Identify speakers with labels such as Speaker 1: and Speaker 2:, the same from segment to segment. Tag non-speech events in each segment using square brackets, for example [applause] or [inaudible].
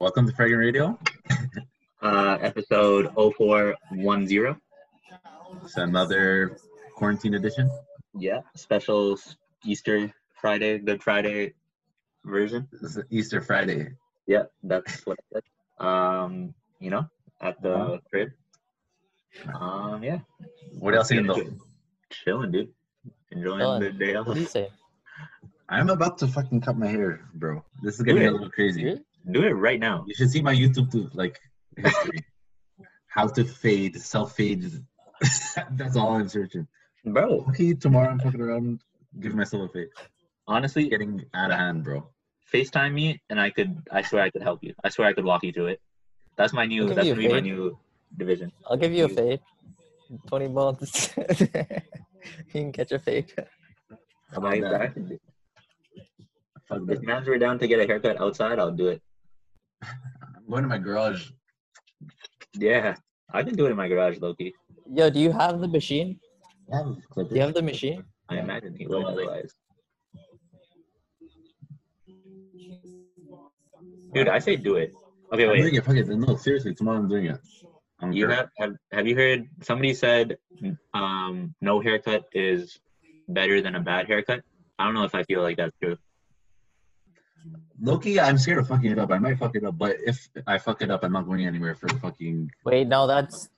Speaker 1: Welcome to Fragrant Radio.
Speaker 2: uh, episode 0410.
Speaker 1: It's another quarantine edition.
Speaker 2: Yeah, special s- Easter Friday, Good Friday version.
Speaker 1: This is Easter Friday.
Speaker 2: Yeah, that's what I said. Um, you know, at the crib. Um, yeah,
Speaker 1: What else you know?
Speaker 2: chilling, dude. Enjoying the
Speaker 3: Chilling.
Speaker 2: day off.
Speaker 3: What do
Speaker 2: [laughs]
Speaker 3: you say?
Speaker 1: I'm about to fucking cut my hair, bro. This is getting
Speaker 2: Really?
Speaker 1: a little crazy.
Speaker 3: Really?
Speaker 2: Do it right now.
Speaker 1: You should see my YouTube too, like history. How to fade, self fade. [laughs] That's all I'm searching.
Speaker 2: Bro,
Speaker 1: Okay, tomorrow I'm fucking around, give myself a fade.
Speaker 2: honestly,
Speaker 1: Getting out of hand, bro.
Speaker 2: FaceTime me and I could, I swear I could help you. I swear I could walk you through it. That's my new,
Speaker 3: Give
Speaker 2: that's
Speaker 3: me a
Speaker 2: gonna be my
Speaker 3: fade.
Speaker 2: new division.
Speaker 3: I'll give you a
Speaker 2: You-
Speaker 3: fade. Twenty bucks. [laughs] you can catch a fade.
Speaker 2: I'm like,
Speaker 1: Nah.
Speaker 2: I could do-
Speaker 1: Fuck
Speaker 2: If
Speaker 1: that.
Speaker 2: man's were down to get a haircut outside, I'll do it.
Speaker 1: I'm going to my garage.
Speaker 2: Yeah, I can do it in my garage, Loki.
Speaker 3: Yo, do you have the machine?
Speaker 1: I have a clipper.
Speaker 3: Do you have the machine?
Speaker 2: I
Speaker 1: Yeah.
Speaker 2: imagine he will otherwise. Dude, I say do it. Okay,
Speaker 1: I'm doing
Speaker 2: wait.
Speaker 1: it. Fuck it. No, seriously, tomorrow I'm doing it. I'm
Speaker 2: You
Speaker 1: sure.
Speaker 2: have, have have you heard somebody said um no haircut is better than a bad haircut? I don't know if I feel like that's true.
Speaker 1: Loki, I'm scared of fucking it up. I might fuck it up, but if I fuck it up, I'm not going anywhere for fucking
Speaker 3: Wait, no, that's.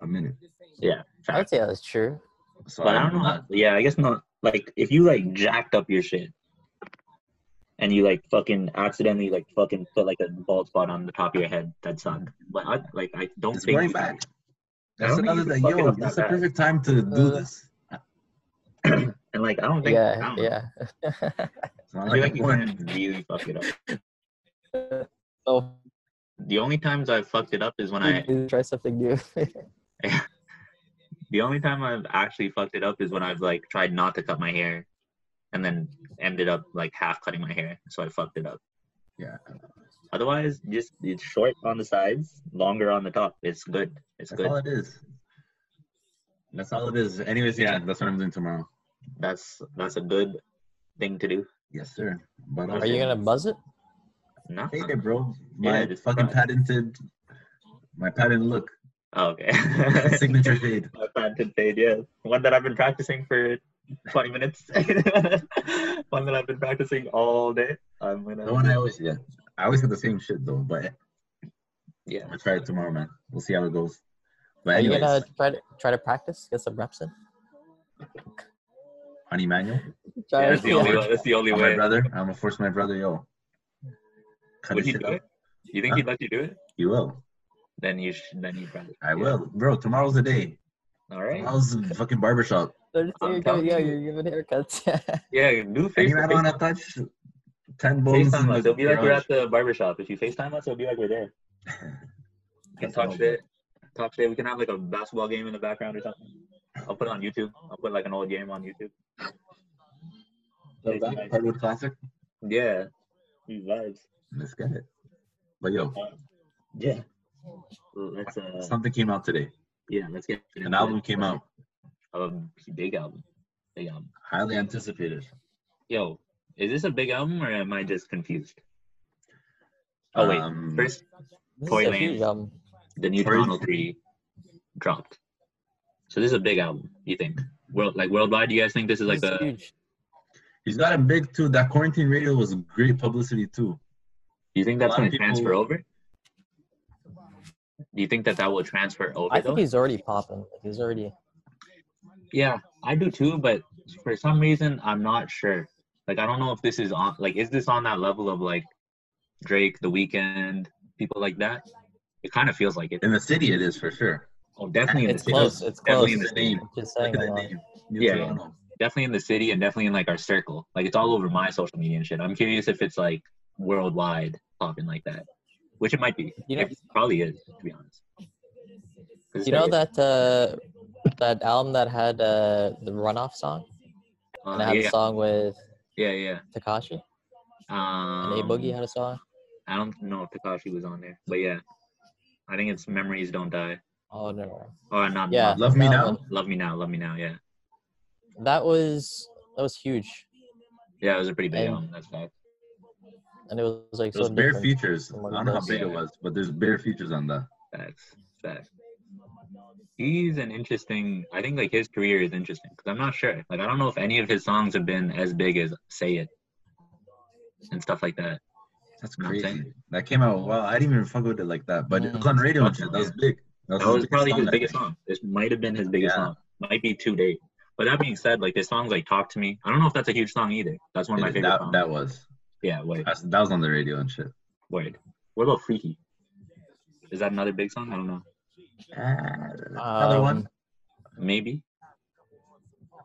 Speaker 1: a minute.
Speaker 2: Yeah.
Speaker 3: I would say that's true.
Speaker 1: So
Speaker 2: But I
Speaker 1: I'm
Speaker 2: don't know.
Speaker 1: not-
Speaker 2: Yeah, I guess not like if you like jacked up your shit and you like fucking accidentally like fucking put like a bald spot on the top of your head, that sucked. But I like I don't
Speaker 1: It's
Speaker 2: think
Speaker 1: going
Speaker 2: you-
Speaker 1: back.
Speaker 2: I
Speaker 1: That's
Speaker 2: don't think
Speaker 1: another
Speaker 2: you
Speaker 1: thing.
Speaker 2: fuck it
Speaker 1: Yo,
Speaker 2: up
Speaker 1: this is the
Speaker 2: that bad.
Speaker 1: perfect time to do
Speaker 3: Uh,
Speaker 1: this.
Speaker 2: And like I don't think I
Speaker 3: Yeah,
Speaker 2: don't know.
Speaker 3: yeah. [laughs]
Speaker 1: It's not
Speaker 2: I feel
Speaker 1: like
Speaker 2: like you
Speaker 1: before.
Speaker 2: can really fuck it up.
Speaker 3: so
Speaker 2: The only times I've fucked it up is when I
Speaker 3: try something new. [laughs]
Speaker 2: the only time I've actually fucked it up is when I've like tried not to cut my hair and then ended up like half cutting my hair. So I fucked it up.
Speaker 1: Yeah.
Speaker 2: Otherwise just it's short on the sides, longer on the top. It's good. It's
Speaker 1: That's all
Speaker 2: good.
Speaker 1: it is. That's all it is. Anyways, yeah, that's what I'm doing tomorrow.
Speaker 2: That's that's a good thing to do.
Speaker 1: Yes, sir. But
Speaker 3: Are you gonna buzz it?
Speaker 2: No.
Speaker 1: hate it, bro? My
Speaker 2: Yeah, just
Speaker 1: fucking
Speaker 2: try.
Speaker 1: patented, my patent look,
Speaker 2: Oh, okay.
Speaker 1: [laughs]
Speaker 2: [laughs]
Speaker 1: signature fade.
Speaker 2: My planted fade, yeah. One that I've been practicing for 20 minutes. [laughs] One that I've been practicing all day. I'm gonna.
Speaker 1: The one I always, yeah, I always get the same shit though. But
Speaker 2: yeah.
Speaker 1: I'm gonna try it tomorrow, man. We'll see how it goes. But
Speaker 3: Are you
Speaker 1: anyways,
Speaker 3: gonna try to try to practice? Get some reps in.
Speaker 1: Honey Manuel,
Speaker 2: yeah
Speaker 3: Try
Speaker 2: that's, the
Speaker 3: [laughs]
Speaker 2: only,
Speaker 1: way.
Speaker 2: that's the only
Speaker 1: I'm my
Speaker 2: way.
Speaker 1: brother. I'm gonna force my brother, yo. Cut
Speaker 2: Would
Speaker 1: his
Speaker 2: you
Speaker 1: shit
Speaker 2: do
Speaker 1: up.
Speaker 2: it? You think he'd let you do it?
Speaker 1: You will.
Speaker 2: Then you should. Then you practice.
Speaker 1: I will, bro. Tomorrow's the day.
Speaker 2: All right.
Speaker 1: Tomorrow's the fucking barbershop.
Speaker 2: [laughs]
Speaker 3: They're just-
Speaker 2: I'm
Speaker 3: you're
Speaker 2: telling
Speaker 3: giving, yeah,
Speaker 2: you.
Speaker 3: you're giving haircuts. [laughs]
Speaker 2: Yeah. Do face.
Speaker 1: Anyone
Speaker 2: FaceTime
Speaker 1: wanna touch? Ten bones. in
Speaker 2: FaceTime
Speaker 1: the
Speaker 2: us. It'll be like we're
Speaker 1: garage.
Speaker 2: at the barbershop. If you Facetime us, it'll be like we're
Speaker 1: [laughs]
Speaker 2: there. We can
Speaker 1: That's what
Speaker 2: talk
Speaker 1: I'll
Speaker 2: shit. Talk shit. We can have like a basketball game in the background or something. I'll put it on YouTube. I'll put like an old game on YouTube.
Speaker 1: do. Go back, Hardwood Classic.
Speaker 2: Yeah. These vibes.
Speaker 1: Let's get it. But yo,
Speaker 2: Yeah. Let's uh
Speaker 1: something came out today.
Speaker 2: yeah, let's get
Speaker 1: An album came out,
Speaker 2: Um, big album. Big album.
Speaker 1: highly anticipated.
Speaker 2: Yo, is this a big album or am I just confused? Oh wait.
Speaker 1: Um,
Speaker 2: First
Speaker 3: this
Speaker 2: Toy
Speaker 3: is a
Speaker 2: Lane.
Speaker 3: huge um.
Speaker 2: the new
Speaker 1: Sorry.
Speaker 2: Toronto three dropped. So this is a big album, you think? World like worldwide, do you guys think this is like
Speaker 3: this is
Speaker 2: a
Speaker 3: huge.
Speaker 1: he's got a big too. That quarantine radio was great publicity too.
Speaker 2: do you think
Speaker 1: A
Speaker 2: that's
Speaker 1: lot
Speaker 2: gonna
Speaker 1: of people-
Speaker 2: transfer over? Do you think that that will transfer over?
Speaker 3: I think
Speaker 2: though?
Speaker 3: he's already popping. Like, he's already.
Speaker 2: Yeah, I do too, but for some reason I'm not sure. Like I don't know if this is on like is this on that level of like Drake, The Weeknd, people like that? It kind of feels like it.
Speaker 1: In the city, it is for sure.
Speaker 2: Oh, definitely in
Speaker 3: It's
Speaker 2: the city.
Speaker 3: close. It's
Speaker 2: Definitely
Speaker 3: close.
Speaker 2: in the
Speaker 1: name.
Speaker 3: I'm just
Speaker 1: Look
Speaker 3: saying
Speaker 1: at
Speaker 3: a
Speaker 1: the
Speaker 3: lot.
Speaker 1: name. New
Speaker 2: Yeah.
Speaker 1: Toronto.
Speaker 2: Definitely in the city and definitely in like our circle. Like it's all over my social media and shit. I'm curious if it's like worldwide popping like that, which it might be.
Speaker 3: You know-
Speaker 2: it probably is, to be honest. 'Cause
Speaker 3: You know
Speaker 2: it's-
Speaker 3: that uh, that album that had uh, the runoff song, and
Speaker 2: uh,
Speaker 3: it had
Speaker 2: yeah,
Speaker 3: a song with
Speaker 2: yeah, yeah.
Speaker 3: Takashi and
Speaker 2: Um,
Speaker 3: A Boogie had a song.
Speaker 2: I don't know if Takashi was on there, but yeah, I think it's Memories Don't Die.
Speaker 3: Oh no, no,
Speaker 2: Oh, not
Speaker 3: yeah,
Speaker 1: Love Me
Speaker 3: that
Speaker 1: Now?
Speaker 3: one.
Speaker 2: Love Me Now, Love Me Now, yeah.
Speaker 3: That was that was huge.
Speaker 2: Yeah, it was a pretty big
Speaker 3: And-
Speaker 2: album, that's fact.
Speaker 3: and it was, like so
Speaker 1: There's bare
Speaker 3: different.
Speaker 1: features. I
Speaker 3: from what he
Speaker 1: don't know how
Speaker 3: does.
Speaker 1: big it was, but there's bare features on that.
Speaker 2: Facts. Facts. He's an interesting. I think like his career is interesting because I'm not sure. Like I don't know if any of his songs have been as big as "Say It" and stuff like that.
Speaker 1: That's
Speaker 2: You know what I'm
Speaker 1: crazy. That came out. Wow, I didn't even fuck with it like that, but it was on radio and shit. That was big.
Speaker 2: That
Speaker 1: his
Speaker 2: was
Speaker 1: biggest
Speaker 2: probably his
Speaker 1: I
Speaker 2: biggest
Speaker 1: think.
Speaker 2: song. This might have been his biggest
Speaker 1: Yeah.
Speaker 2: song. Might be two date. But that being said, like this song's like "Talk to Me." I don't know if that's a huge song either. That's one of my
Speaker 1: Yeah,
Speaker 2: favorite
Speaker 1: That,
Speaker 2: songs.
Speaker 1: that was.
Speaker 2: yeah, wait,
Speaker 1: That's, that was on the radio and shit.
Speaker 2: wait. What about "Freaky"? Is that another big song? I don't know.
Speaker 1: Another one.
Speaker 3: Um,
Speaker 2: Maybe.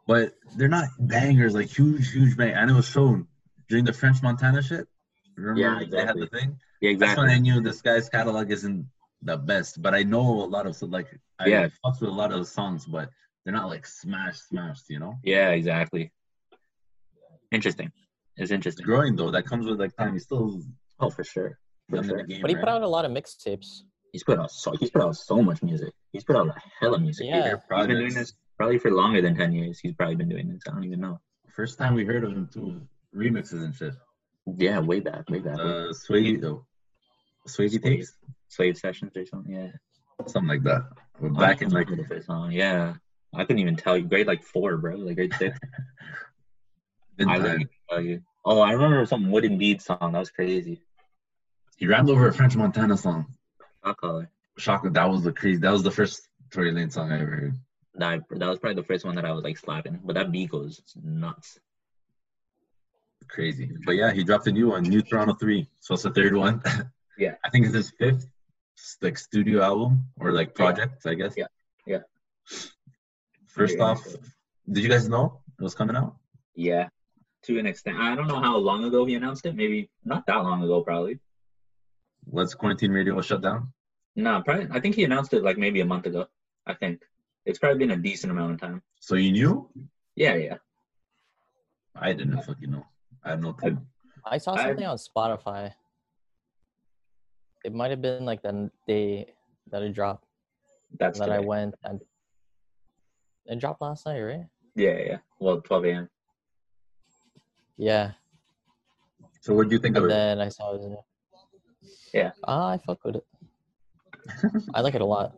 Speaker 1: But they're not bangers, like huge, huge bang. And it was shown during the French Montana shit. Remember
Speaker 2: Yeah,
Speaker 1: they had the
Speaker 2: exactly.
Speaker 1: thing?
Speaker 2: Yeah,
Speaker 1: That's
Speaker 2: exactly.
Speaker 1: when I knew this guy's catalog isn't the best. But I know a lot of so like I
Speaker 2: Yeah.
Speaker 1: fucks with a lot of the songs, but they're not like smash smashed, you know?
Speaker 2: Yeah, exactly. Interesting. It's
Speaker 1: It's
Speaker 2: interesting.
Speaker 1: growing though. That comes with like time. He's still
Speaker 2: Oh, for sure. For
Speaker 1: young in
Speaker 2: sure.
Speaker 1: the game.
Speaker 3: but he
Speaker 1: right?
Speaker 3: put out a lot of mixtapes.
Speaker 2: He's put out so he's put out so much music. He's put out a hell of music.
Speaker 3: Yeah.
Speaker 2: He's been
Speaker 1: Projects.
Speaker 2: doing this probably for longer than ten years. He's probably been doing this. I don't even know.
Speaker 1: First time we heard of him too, remixes and shit.
Speaker 2: Yeah, way back, way back. way-
Speaker 1: Uh, Swaggy, oh, Swaggy tapes,
Speaker 2: Slave sessions or something. Yeah.
Speaker 1: something like that. We're back in like
Speaker 2: the first song. Yeah. I couldn't even tell you. Grade like four, bro. Like grade six. [laughs]
Speaker 1: mid
Speaker 2: I couldn't
Speaker 1: time.
Speaker 2: even tell you. Oh, I remember some wooden bead song. That was crazy.
Speaker 1: He rapped over a French Montana song.
Speaker 2: I'll call it.
Speaker 1: Shocker, that was the crazy. That was the first Tory Lane song I ever heard.
Speaker 2: That, that was probably the first one that I was like slapping. But that beat goes nuts.
Speaker 1: Crazy, but yeah, he dropped a new one, New Toronto Three. So it's the third one. [laughs]
Speaker 2: Yeah.
Speaker 1: I think it's his fifth, s- like studio album or like project, I guess.
Speaker 2: Yeah, yeah.
Speaker 1: First off, did you guys know it was coming out?
Speaker 2: Yeah, to an extent. I don't know how long ago he announced it. Maybe not that long ago, probably.
Speaker 1: Once quarantine radio was shut down.
Speaker 2: No, probably. I think he announced it like maybe a month ago. I think it's probably been a decent amount of time.
Speaker 1: So you knew?
Speaker 2: Yeah, yeah.
Speaker 1: I didn't fucking know. I had no clue.
Speaker 3: I saw
Speaker 2: I-
Speaker 3: something on Spotify. It might have been like the n- day that it dropped.
Speaker 2: That's
Speaker 3: And then I
Speaker 2: today.
Speaker 3: went and it dropped last night, right?
Speaker 2: Yeah, yeah. Well, 12 a.m.
Speaker 3: Yeah.
Speaker 1: So what do you think of
Speaker 3: And
Speaker 1: it?
Speaker 3: then I saw it. was-
Speaker 2: Yeah.
Speaker 3: Ah, I
Speaker 2: [laughs]
Speaker 3: fuck with it. I like it a lot.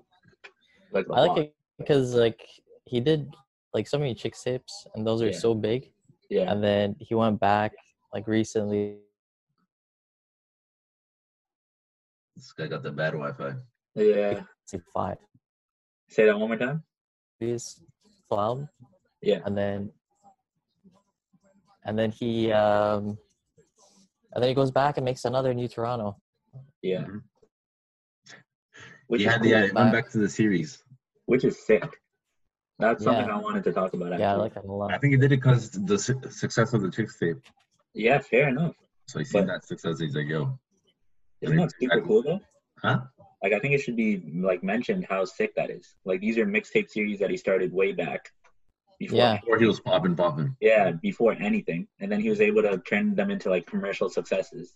Speaker 2: Like
Speaker 3: I like it because like he did like so many chick tapes, and those are
Speaker 2: Yeah.
Speaker 3: so big.
Speaker 2: Yeah,
Speaker 3: And then he went back like recently.
Speaker 1: This guy got the bad Wi-Fi.
Speaker 2: yeah.
Speaker 3: to five.
Speaker 2: Say that one more time.
Speaker 3: This album.
Speaker 2: Yeah.
Speaker 3: and then and then he um and then he goes back and makes another new Toronto.
Speaker 2: Yeah.
Speaker 1: Mhm.
Speaker 2: Which,
Speaker 1: he
Speaker 2: is
Speaker 1: Mm-hmm. had
Speaker 2: cool,
Speaker 1: the, uh, yeah, it
Speaker 3: but-
Speaker 1: went back to the series.
Speaker 2: which is sick. That's something
Speaker 3: Yeah.
Speaker 2: I wanted to talk about. Actually.
Speaker 3: Yeah, I like that a lot.
Speaker 1: I think he did it because the su- success of the Chicks tape.
Speaker 2: yeah, fair enough.
Speaker 1: So he seen
Speaker 2: But-
Speaker 1: that success. He's like, yo,
Speaker 2: Isn't that super
Speaker 1: Exactly.
Speaker 2: cool though?
Speaker 1: huh?
Speaker 2: like I think it should be like mentioned how sick that is. Like these are mixtape series that he started way back before
Speaker 3: Yeah.
Speaker 1: Or he was popping, popping.
Speaker 2: yeah, before anything. And then he was able to turn them into like commercial successes.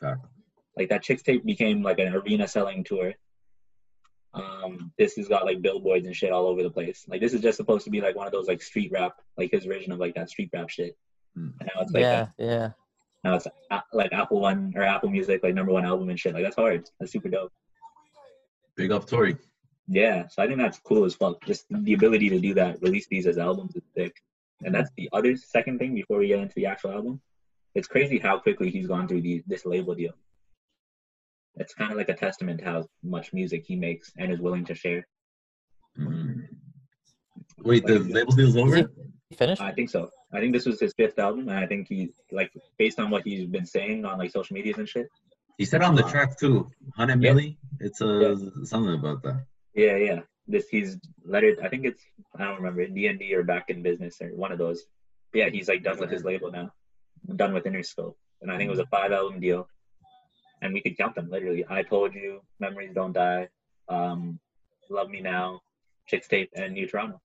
Speaker 1: Fact.
Speaker 2: Like that Chicks tape became like an arena selling tour. Um, this has got like billboards and shit all over the place. Like this is just supposed to be like one of those like street rap, like his version of like that street rap shit.
Speaker 1: Mm.
Speaker 2: And now it's like
Speaker 3: Yeah, yeah.
Speaker 2: now it's uh, like Apple One or Apple Music like number one album and shit. Like that's hard. That's super dope.
Speaker 1: Big up Tory.
Speaker 2: Yeah, so I think that's cool as fuck. Just the ability to do that, release these as albums is sick. And that's the other second thing before we get into the actual album. It's crazy how quickly he's gone through the, this label deal. It's kind of like a testament to how much music he makes and is willing to share.
Speaker 1: Mhm. Wait, the label deal's over?
Speaker 3: He finished?
Speaker 2: I think so. I think this was his fifth album, and I think he like based on what he's been saying on like social medias and shit.
Speaker 1: He said on the track too, 100
Speaker 2: Yeah.
Speaker 1: milli. It's uh, something about that.
Speaker 2: Yeah, yeah. This he's lettered. I think it's I don't remember D and D or Back in Business or one of those. But yeah, he's like done with his label now, done with Interscope, and I think it was
Speaker 3: Mm-hmm.
Speaker 2: a five album deal, and we could count them literally. I told you, Memories Don't Die, um, Love Me Now, Chicks Tape, and New Toronto.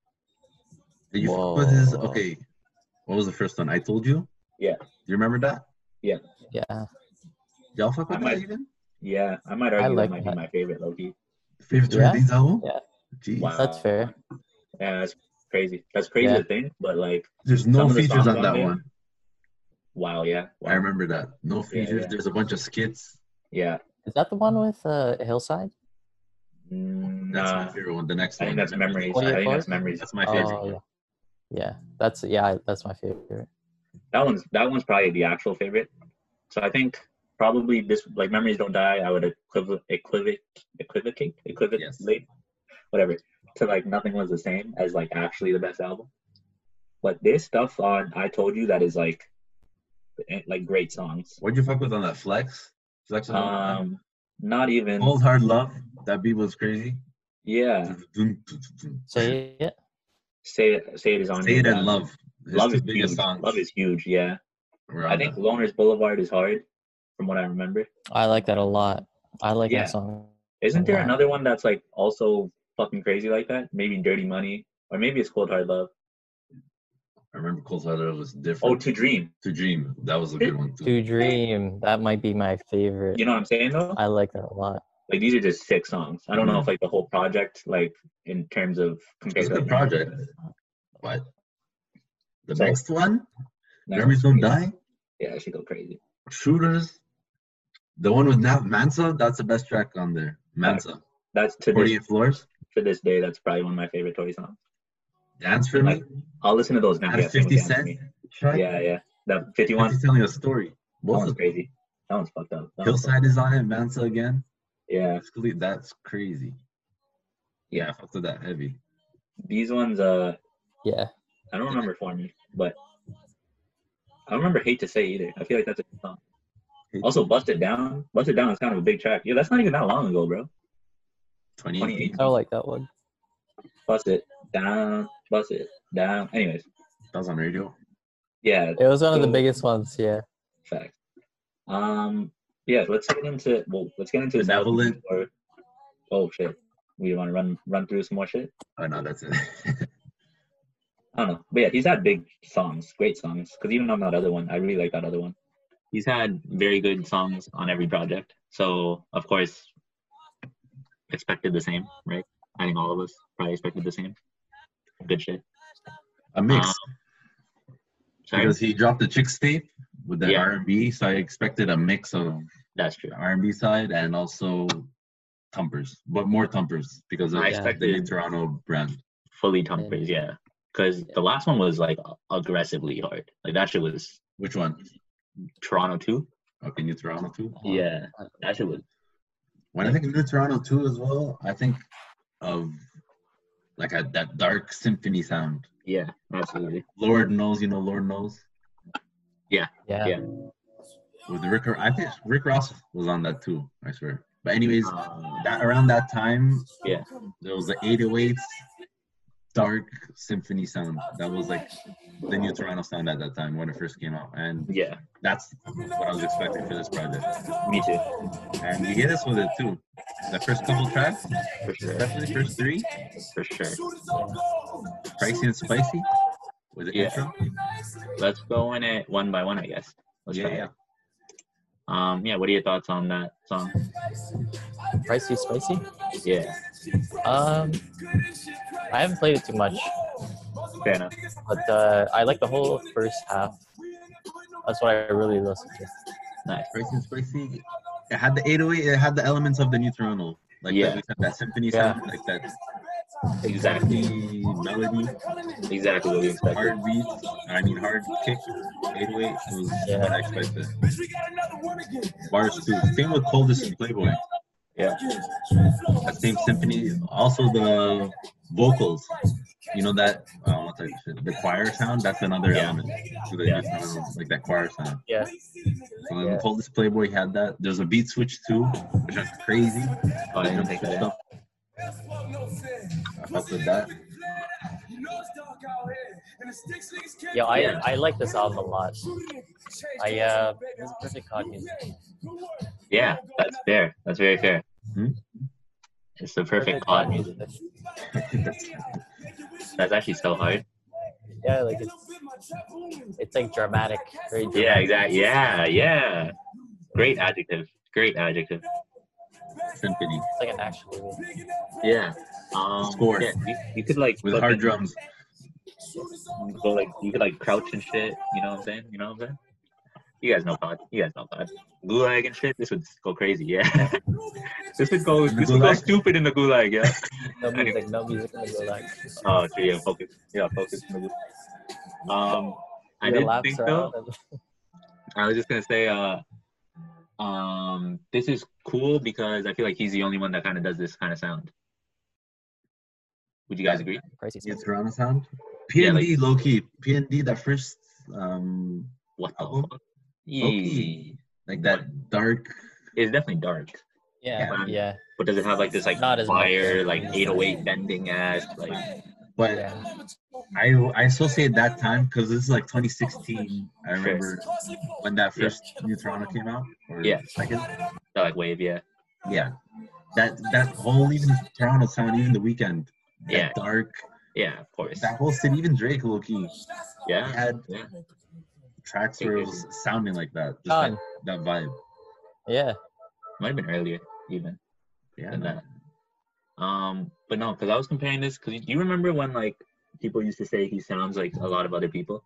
Speaker 1: Did you fuck
Speaker 3: Whoa.
Speaker 1: with his? Okay. What was the first one? I told you?
Speaker 2: Yeah.
Speaker 1: Do you remember that?
Speaker 3: Yeah.
Speaker 1: Y'all fuck with
Speaker 2: I
Speaker 1: that
Speaker 2: might-
Speaker 1: even?
Speaker 2: Yeah, I might argue
Speaker 3: like
Speaker 2: that might
Speaker 3: that.
Speaker 2: be my favorite Loki.
Speaker 1: Favorite Tory
Speaker 3: Yeah.
Speaker 1: Lanez album?
Speaker 3: Yeah.
Speaker 1: Jeez.
Speaker 2: Wow.
Speaker 3: That's fair.
Speaker 2: Yeah, that's crazy. That's crazy
Speaker 3: Yeah.
Speaker 2: to think, but like
Speaker 1: There's no
Speaker 2: Some of the
Speaker 1: features
Speaker 2: songs
Speaker 1: on
Speaker 2: on
Speaker 1: that
Speaker 2: there.
Speaker 1: one.
Speaker 2: Wow, yeah. Wow.
Speaker 1: I remember that. No
Speaker 2: Yeah,
Speaker 1: features.
Speaker 2: yeah.
Speaker 1: There's a bunch of skits.
Speaker 2: Yeah.
Speaker 3: Is that the one with uh, Hillside?
Speaker 2: Mm,
Speaker 1: That's
Speaker 2: Nah,
Speaker 1: my favorite one. The next
Speaker 2: I
Speaker 1: one.
Speaker 2: think that's memories.
Speaker 3: Twenty
Speaker 2: I think that's
Speaker 3: fourth?
Speaker 2: memories.
Speaker 1: That's my favorite.
Speaker 3: Oh, yeah. Yeah, that's yeah, I- that's my favorite.
Speaker 2: That one's that one's probably the actual favorite. So I think probably this like memories don't die. I would equiv equivoc equivocate equivocate
Speaker 1: Yes.
Speaker 2: whatever to like nothing was the same as like actually the best album. But there's stuff on I told you that is like eh, like great songs.
Speaker 1: What'd you fuck with on that flex? Flex on
Speaker 2: Um, not even
Speaker 1: Cold Hard Love. That beat was crazy.
Speaker 2: yeah.
Speaker 1: Say
Speaker 2: [laughs]
Speaker 3: Say it.
Speaker 2: Say it. Say it is on.
Speaker 1: it
Speaker 2: here,
Speaker 1: and
Speaker 2: yeah.
Speaker 1: love. It's
Speaker 2: Love
Speaker 1: the
Speaker 2: is
Speaker 1: biggest
Speaker 2: huge.
Speaker 1: songs.
Speaker 2: Love is huge. Yeah.
Speaker 1: were
Speaker 2: I
Speaker 1: on
Speaker 2: think
Speaker 1: that.
Speaker 2: Loners Boulevard is hard, from what I remember.
Speaker 3: I like that a lot. I like
Speaker 2: Yeah.
Speaker 3: that song.
Speaker 2: Isn't there
Speaker 3: Yeah.
Speaker 2: another one that's like also fucking crazy like that? Maybe Dirty Money, or maybe it's Cold Hard Love.
Speaker 1: I remember Cold Hard Love was different.
Speaker 2: Oh, To Dream.
Speaker 1: to Dream. That was a good one too.
Speaker 3: To Dream. That might be my favorite.
Speaker 2: You know what I'm saying though?
Speaker 3: I like that a lot.
Speaker 2: Like these are just sick songs. I don't know if like the whole project, like in terms of
Speaker 1: Mm.
Speaker 2: compared
Speaker 1: It's a
Speaker 2: to
Speaker 1: good project. But the
Speaker 2: So-
Speaker 1: next one,
Speaker 2: No,
Speaker 1: Memories Don't Die,
Speaker 2: Yeah, I should go crazy.
Speaker 1: Shooters, the one with Nav Mansa. That's the best track on there. Mansa,
Speaker 2: That's to this
Speaker 1: 48 Floors,
Speaker 2: to this day. That's probably one of my favorite Tory songs.
Speaker 1: Dance for Me.
Speaker 2: I'll listen to those now.
Speaker 1: Out
Speaker 2: Yeah,
Speaker 1: of 50
Speaker 2: Someone Dance
Speaker 1: Cent
Speaker 2: with Me.
Speaker 1: track.
Speaker 2: Yeah, yeah. That 51. That
Speaker 1: He's telling a story. Both
Speaker 2: one's
Speaker 1: of them.
Speaker 2: crazy. That one's fucked up. That one's fucked
Speaker 1: Hillside is on it. Mansa again.
Speaker 2: up. Yeah.
Speaker 1: That's cle- That's crazy. Yeah, I fucked with that heavy.
Speaker 2: These ones. Uh,
Speaker 3: Yeah.
Speaker 2: I don't remember for me, but I don't remember Hate to Say either. I feel like that's a good song. Also, Busted Down. Busted Down is kind of a big track. Yeah, that's not even that long ago, bro.
Speaker 1: 2018.
Speaker 2: Mm-hmm.
Speaker 3: I like that one.
Speaker 2: Bust it down, bust it down. Anyways,
Speaker 1: That was on radio.
Speaker 2: yeah,
Speaker 3: It was one of the
Speaker 2: So-
Speaker 3: biggest ones. Yeah.
Speaker 2: facts. Um, yeah, let's get into well, let's get into this album
Speaker 1: Benevolent.
Speaker 2: before- Oh shit, we want to run run through some more shit.
Speaker 1: Oh no, that's it. [laughs]
Speaker 2: I don't know, but yeah, he's had big songs, great songs. Because even on that other one, I really like that other one. He's had very good songs on every project, so of course, expected the same, right? I think all of us probably expected the same. Good shit.
Speaker 1: a mix
Speaker 2: Um, Sorry,
Speaker 1: because he dropped the Chicks tape with the
Speaker 2: Yeah.
Speaker 1: R&B, so I expected a mix of
Speaker 2: that's true.
Speaker 1: the R&B side and also thumpers, but more thumpers because of
Speaker 2: I
Speaker 1: the
Speaker 2: expected
Speaker 1: Toronto brand.
Speaker 2: fully Humphreys, yeah. Because the last one was like aggressively hard. Like that shit was
Speaker 1: Which one?
Speaker 2: Toronto too.
Speaker 1: Okay, New Toronto too.
Speaker 2: Yeah, that shit was.
Speaker 1: When I think of New Toronto too, as well, I think of like a, that dark symphony sound.
Speaker 2: Yeah, absolutely.
Speaker 1: Lord knows, you know, Lord knows.
Speaker 3: Yeah.
Speaker 2: Yeah.
Speaker 1: With Rick, I think Rick Ross was on that too. I swear. But anyways,
Speaker 2: Uh,
Speaker 1: that around that time,
Speaker 2: Yeah.
Speaker 1: there was the 808s, dark symphony sound. That was like the new Toronto sound at that time when it first came out, and
Speaker 2: yeah,
Speaker 1: that's what I was expecting for this project.
Speaker 2: me too,
Speaker 1: And you hit us with it too. The first couple tracks,
Speaker 2: for sure,
Speaker 1: especially the first three,
Speaker 2: for sure.
Speaker 1: pricey and spicy, with the
Speaker 2: Yeah.
Speaker 1: intro.
Speaker 2: Let's go in it one by one, I guess. Let's
Speaker 1: Yeah,
Speaker 2: try it.
Speaker 1: yeah.
Speaker 2: Um, yeah. What are your thoughts on that song?
Speaker 3: Pricey spicy.
Speaker 2: Yeah,
Speaker 3: Um, I haven't played it too much,
Speaker 2: fair enough.
Speaker 3: but uh, I like the whole first half. That's what I really listen to.
Speaker 2: Nice.
Speaker 1: Pricey and spicy. It had the 808. It had the elements of the new Toronto, like
Speaker 2: Yeah.
Speaker 1: that, we said, that symphony
Speaker 3: Yeah.
Speaker 1: sound, like that
Speaker 2: Exactly.
Speaker 1: melody,
Speaker 2: Exactly what we expected.
Speaker 1: hard beat. I mean, hard kick. 808 was
Speaker 3: Yeah.
Speaker 1: what I expected. Bars too. Same with Coldest and Playboy.
Speaker 2: Yeah.
Speaker 1: That same symphony. Also the vocals. You know that uh, what's that shit? the choir sound. That's another
Speaker 2: Yeah.
Speaker 1: element to the
Speaker 2: Yeah.
Speaker 1: like that choir sound.
Speaker 3: Yeah.
Speaker 1: So then
Speaker 3: Yeah.
Speaker 1: the Coldest Playboy had that. There's a beat switch too, which is crazy.
Speaker 2: Oh, I didn't take that in.
Speaker 1: Stuff. I fucked with that.
Speaker 3: Yo, I
Speaker 2: Yeah.
Speaker 3: I like this album a lot. I uh, this is perfect cod music.
Speaker 2: Yeah, that's fair. That's very fair.
Speaker 1: Hmm?
Speaker 2: It's the perfect pod music.
Speaker 1: That's-
Speaker 2: That's actually so hard.
Speaker 3: Yeah, like it's it's like dramatic. Very dramatic.
Speaker 2: Yeah, exactly. Yeah, yeah. Great adjective. Great adjective.
Speaker 1: symphony
Speaker 3: It's like an action movie.
Speaker 2: Yeah. Um,
Speaker 1: Score.
Speaker 2: Yeah, you, you could like
Speaker 1: with
Speaker 2: flip
Speaker 1: hard
Speaker 2: it,
Speaker 1: drums.
Speaker 2: Go like you could like crouch and shit. You know what I'm saying? You know what I'm saying? You guys know pod. You guys know pod. Gulag and shit. This would go crazy.
Speaker 3: [laughs]
Speaker 2: Yeah. this would go. This would go
Speaker 1: Gulag.
Speaker 2: stupid in the gulag. Yeah.
Speaker 3: No music, no music. No music.
Speaker 2: Oh, gee, yeah, focus. Yeah, focus. in the gulag. Um, I
Speaker 3: Your
Speaker 2: did
Speaker 3: laps
Speaker 2: think
Speaker 3: are
Speaker 2: though.
Speaker 3: out of-
Speaker 2: I was just gonna say, uh, um, this is cool because I feel like he's the only one that kind of does this kind of sound. Would you guys agree?
Speaker 3: Crazy.
Speaker 1: Yeah,
Speaker 3: stuff.
Speaker 1: Toronto sound.
Speaker 2: Yeah,
Speaker 1: PND low key. PND that first um
Speaker 2: What the
Speaker 1: Album?
Speaker 2: fuck? Yee.
Speaker 1: like that dark
Speaker 2: It's definitely dark,
Speaker 3: Yeah,
Speaker 2: Yeah.
Speaker 3: yeah,
Speaker 2: but does it have like this like
Speaker 3: Not as much.
Speaker 2: fire, like 808 bending ass, like
Speaker 1: but
Speaker 3: yeah.
Speaker 1: I I associate that time because this is like 2016. I
Speaker 2: Sure.
Speaker 1: remember when that
Speaker 2: Yeah.
Speaker 1: first New Toronto came out. Or
Speaker 2: Yeah.
Speaker 1: Second.
Speaker 2: that, like wave? Yeah,
Speaker 1: Yeah. That that whole even Toronto sound, even the weekend. That
Speaker 2: Yeah.
Speaker 1: Dark.
Speaker 2: yeah, of course.
Speaker 1: That whole city, even Drake low key.
Speaker 2: Yeah,
Speaker 1: had
Speaker 2: yeah.
Speaker 1: tracks where it was sounding like that. Just
Speaker 3: Done.
Speaker 1: that, that vibe.
Speaker 3: Yeah.
Speaker 2: Might have been earlier even
Speaker 1: Yeah.
Speaker 2: than that. Um, but no, because I was comparing this because do you remember when like people used to say he sounds like a lot of other people?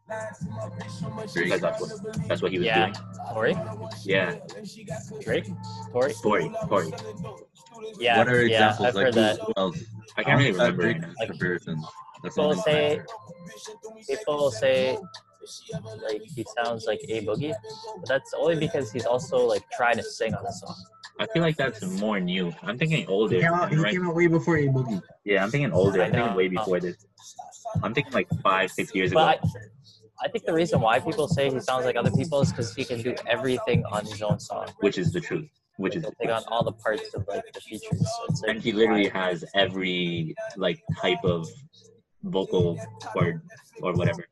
Speaker 2: Because that's what that's what he was
Speaker 3: Yeah.
Speaker 2: doing.
Speaker 3: Tori?
Speaker 2: Yeah,
Speaker 3: Drake? Tori?
Speaker 2: Corey, Corey.
Speaker 3: Yeah.
Speaker 1: what are
Speaker 3: yeah,
Speaker 1: examples
Speaker 3: I've
Speaker 1: like
Speaker 3: heard that.
Speaker 1: who else?
Speaker 2: I can't really
Speaker 1: Outside
Speaker 2: remember right
Speaker 1: Drake
Speaker 2: now.
Speaker 3: Like,
Speaker 1: comparisons. That's
Speaker 3: people
Speaker 1: all I
Speaker 3: say-
Speaker 1: know.
Speaker 3: People say like he sounds like a boogie, but that's only because he's also like trying to sing on the song.
Speaker 2: I feel like that's more new. I'm thinking
Speaker 1: He
Speaker 2: older.
Speaker 1: came out, he
Speaker 2: right?
Speaker 1: came out way before A Boogie.
Speaker 2: Yeah, I'm thinking older.
Speaker 3: I
Speaker 2: I'm thinking
Speaker 3: know.
Speaker 2: way before this. I'm thinking like five, six years ago.
Speaker 3: But I, I think the reason why people say he sounds like other people is because he can do everything on his own song.
Speaker 2: which is the truth. Which is
Speaker 3: He'll
Speaker 2: the
Speaker 3: take on
Speaker 2: truth.
Speaker 3: all the parts of like the features. So it's like,
Speaker 2: And he literally has every like type of vocal or or whatever.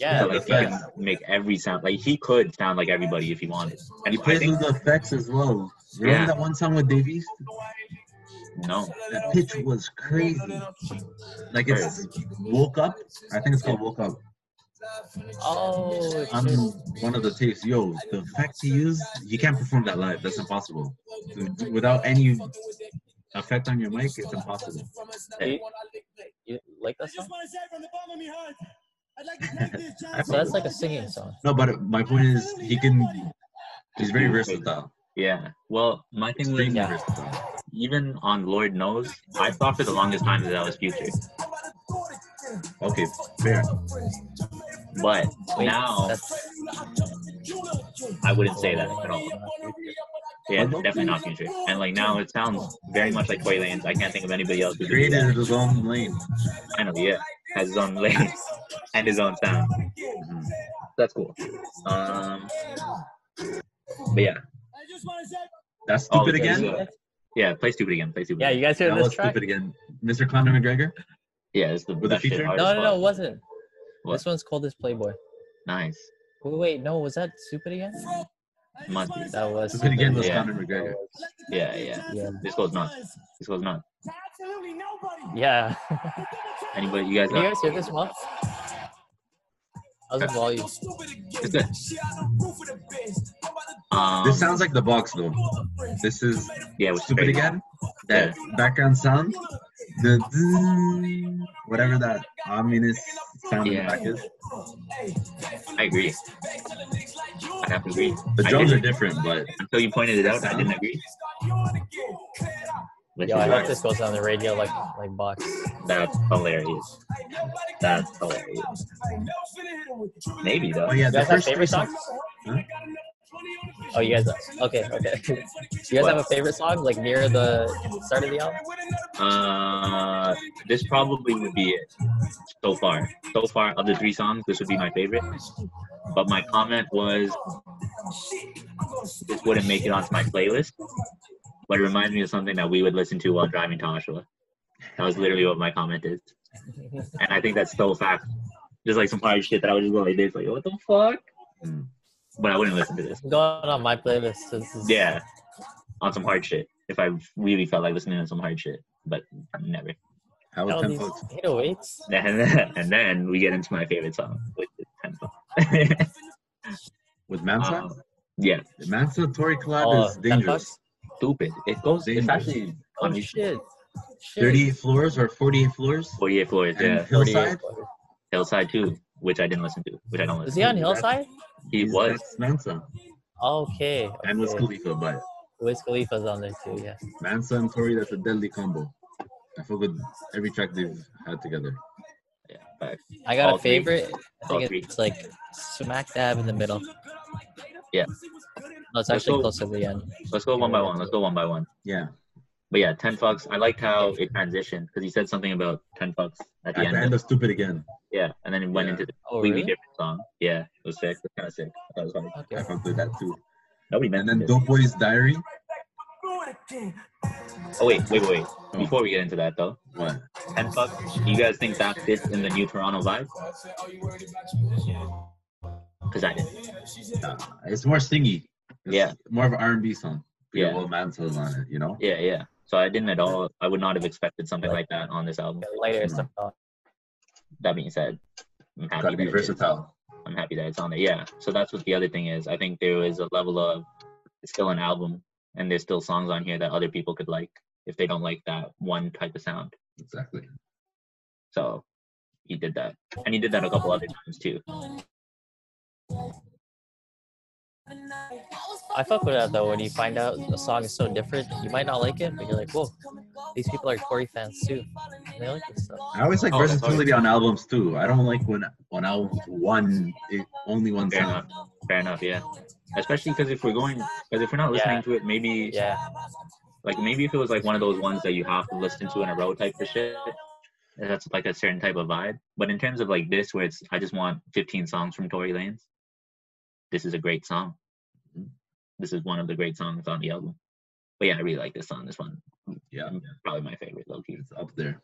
Speaker 3: yeah,
Speaker 2: so,
Speaker 1: that's
Speaker 2: like he can make every sound. Like he could sound like everybody if he wanted. And
Speaker 1: He
Speaker 2: I
Speaker 1: plays
Speaker 2: think
Speaker 1: with the effects as well. Remember
Speaker 2: Yeah.
Speaker 1: that one song with Dave East?
Speaker 2: no.
Speaker 1: That pitch was crazy. Like it's woke up. I think it's called woke up.
Speaker 3: oh,
Speaker 1: I'm
Speaker 3: shoot.
Speaker 1: one of the tapes. Yo, the effects he used, you can't perform that live. That's impossible. Without any effect on your mic, it's impossible.
Speaker 3: you, you like that song?
Speaker 1: I
Speaker 3: So that's like a singing song.
Speaker 1: No, but my point is, he can. He's very versatile.
Speaker 2: Yeah. Well, my thing was
Speaker 1: Extremely
Speaker 3: Yeah.
Speaker 1: versatile.
Speaker 2: even on Lord knows, I thought for the longest time that that was Future.
Speaker 1: Okay, fair.
Speaker 2: But
Speaker 3: Wait,
Speaker 2: now
Speaker 3: that's
Speaker 2: I wouldn't say that at all. Yeah, it's definitely not Future. And like now it sounds very much like Tory Lanez. I can't think of anybody else who can do that.
Speaker 1: Created his own lane.
Speaker 2: Finally, yeah, has his own [laughs] lane and his own sound.
Speaker 1: Mhm.
Speaker 2: That's cool. Um, but yeah,
Speaker 1: That's
Speaker 2: Oh,
Speaker 1: stupid
Speaker 2: there's
Speaker 1: again.
Speaker 2: a- yeah, play stupid again. Play stupid.
Speaker 3: yeah. You
Speaker 2: again.
Speaker 3: guys hear
Speaker 1: That
Speaker 3: this
Speaker 1: was
Speaker 3: track?
Speaker 1: stupid again. Mr. Conor McGregor.
Speaker 2: yeah, it's the
Speaker 1: With
Speaker 2: with
Speaker 1: the
Speaker 2: best shit
Speaker 1: feature?
Speaker 2: hard
Speaker 3: No,
Speaker 2: as
Speaker 3: no, no, it
Speaker 2: fuck.
Speaker 3: wasn't.
Speaker 2: What?
Speaker 3: This one's called this Playboy.
Speaker 2: Nice.
Speaker 3: Wait, wait, no, was that stupid again?
Speaker 2: Must be.
Speaker 3: That was
Speaker 1: Stupid again was
Speaker 2: Yeah.
Speaker 1: Conor McGregor.
Speaker 2: Yeah, yeah.
Speaker 3: Yeah.
Speaker 2: This goes nuts. This goes nuts.
Speaker 3: Yeah. [laughs]
Speaker 2: Anybody, you guys?
Speaker 3: Can you
Speaker 2: Got,
Speaker 3: guys hear this one? How's the volume?
Speaker 2: it's good. Um,
Speaker 1: This sounds like the box though. This is
Speaker 2: yeah, which is
Speaker 1: stupid
Speaker 2: crazy.
Speaker 1: again. That background sound, the zzzz, whatever that ominous sound in the
Speaker 2: Yeah.
Speaker 1: back is.
Speaker 2: I agree. I have to agree.
Speaker 1: The
Speaker 2: I
Speaker 1: drums are
Speaker 2: didn't-
Speaker 1: different, but
Speaker 2: Until you pointed it out, I didn't agree. Which
Speaker 3: Yo, I
Speaker 2: is
Speaker 3: hope
Speaker 2: like,
Speaker 3: this goes on the radio like like box.
Speaker 2: that's hilarious. That's hilarious. Maybe though.
Speaker 1: oh yeah,
Speaker 3: You
Speaker 1: the
Speaker 3: guys have
Speaker 1: first three
Speaker 3: favorite songs?
Speaker 1: songs.
Speaker 3: Oh, you guys. Okay, okay. [laughs] Do you guys have a favorite song like near the start of the album?
Speaker 2: Uh, this probably would be it so far. So far, of the three songs, this would be my favorite. But my comment was, this wouldn't make it onto my playlist. But it reminds me of something that we would listen to while driving to Oshawa. That was literally what my comment is, and I think that's so fact. Just like some hard shit that I would just go like this, like what the fuck.
Speaker 1: Mm.
Speaker 2: But I wouldn't listen to this.
Speaker 3: It's going on my playlist. This is,
Speaker 2: Yeah, on some hard shit. If I really felt like listening to some hard shit, but never. [laughs]
Speaker 1: How
Speaker 3: All
Speaker 1: was ten
Speaker 3: these
Speaker 1: folks?
Speaker 3: 808s.
Speaker 2: and then, and then we get into my favorite song, which is Ten Bucks.
Speaker 1: With Mansa?
Speaker 2: [laughs] Um, yeah,
Speaker 1: Mansa Tory collab
Speaker 3: Oh,
Speaker 1: is
Speaker 3: 10
Speaker 1: dangerous.
Speaker 3: bucks?
Speaker 2: stupid. It goes. It's
Speaker 1: Dangerous.
Speaker 2: actually on
Speaker 3: Oh
Speaker 2: YouTube.
Speaker 3: shit. Shit.
Speaker 1: Thirty-eight floors or forty-eight floors?
Speaker 2: 48 floors.
Speaker 1: And
Speaker 2: Oh, Yeah,
Speaker 1: Hillside.
Speaker 2: Hillside too, which I didn't listen to, which I don't listen.
Speaker 3: Is he on
Speaker 2: to.
Speaker 3: Hillside?
Speaker 2: He
Speaker 1: He's
Speaker 2: was.
Speaker 1: That's Mansa
Speaker 3: Okay.
Speaker 1: and was
Speaker 3: okay.
Speaker 1: Khalifa, but
Speaker 3: Wiz Khalifa's on there too. Yeah.
Speaker 1: Mansa and Tori, that's a deadly combo. I forgot every track they've had together.
Speaker 2: Yeah, facts.
Speaker 3: I got
Speaker 2: All
Speaker 3: a
Speaker 2: three.
Speaker 3: favorite. I
Speaker 2: All
Speaker 3: think
Speaker 2: three.
Speaker 3: it's like smack dab in the middle.
Speaker 2: Yeah.
Speaker 3: No, it's
Speaker 2: Let's
Speaker 3: actually
Speaker 2: go-
Speaker 3: close to the end.
Speaker 2: Let's go one by one. Let's go one by one.
Speaker 1: Yeah,
Speaker 2: But yeah, ten fucks. I liked how it transitioned because he said something about ten fucks at the
Speaker 1: at
Speaker 2: end.
Speaker 1: the end of Stupid again.
Speaker 2: yeah, and then it went
Speaker 1: Yeah.
Speaker 2: into the
Speaker 3: Oh,
Speaker 2: completely
Speaker 3: really?
Speaker 2: different song. Yeah, it was sick. It was kind of sick. That was funny.
Speaker 1: I
Speaker 3: Okay.
Speaker 1: fucked with that too.
Speaker 2: Nobody
Speaker 1: And
Speaker 2: mentioned
Speaker 1: then
Speaker 2: it.
Speaker 1: Dope Boy's Diary.
Speaker 2: Oh wait, wait, wait. wait.
Speaker 1: Oh.
Speaker 2: Before we get into that though,
Speaker 1: What?
Speaker 2: ten fucks. Do you guys think that fits in the new Toronto vibe? Because I didn't.
Speaker 1: It's more singy. It's
Speaker 2: Yeah.
Speaker 1: More of an R&B song.
Speaker 2: Yeah.
Speaker 1: Well, Mansa's on it, you know?
Speaker 2: Yeah, yeah. So I didn't at all. I would not have expected something like that on this album.
Speaker 3: Later stuff.
Speaker 2: That being said, I'm happy
Speaker 1: Gotta
Speaker 2: that
Speaker 1: be
Speaker 2: it is.
Speaker 1: versatile.
Speaker 2: I'm happy that it's on there. Yeah. So that's what the other thing is. I think there is a level of it's still an album and there's still songs on here that other people could like if they don't like that one type of sound.
Speaker 1: Exactly.
Speaker 2: So he did that. And he did that a couple other times too.
Speaker 3: I fuck with that though. When you find out a song is so different, you might not like it, but you're like, whoa, these people are Corey fans too. And they like this stuff.
Speaker 1: I always like
Speaker 2: Oh, that's
Speaker 1: versatility on albums too. I don't like when on albums one it, only one
Speaker 2: Fair
Speaker 1: sound.
Speaker 2: Fair enough. Yeah. Especially because if we're going, because if we're not listening
Speaker 3: Yeah.
Speaker 2: to it, maybe,
Speaker 3: Yeah.
Speaker 2: like, maybe if it was like one of those ones that you have to listen to in a row type of shit, that's like a certain type of vibe. But in terms of like this, where it's, I just want 15 songs from Tory Lanez, this is a great song. This is one of the great songs on the album. But yeah, I really like this song. This one,
Speaker 1: Yeah,
Speaker 2: probably my favorite, low key.
Speaker 1: it's up there.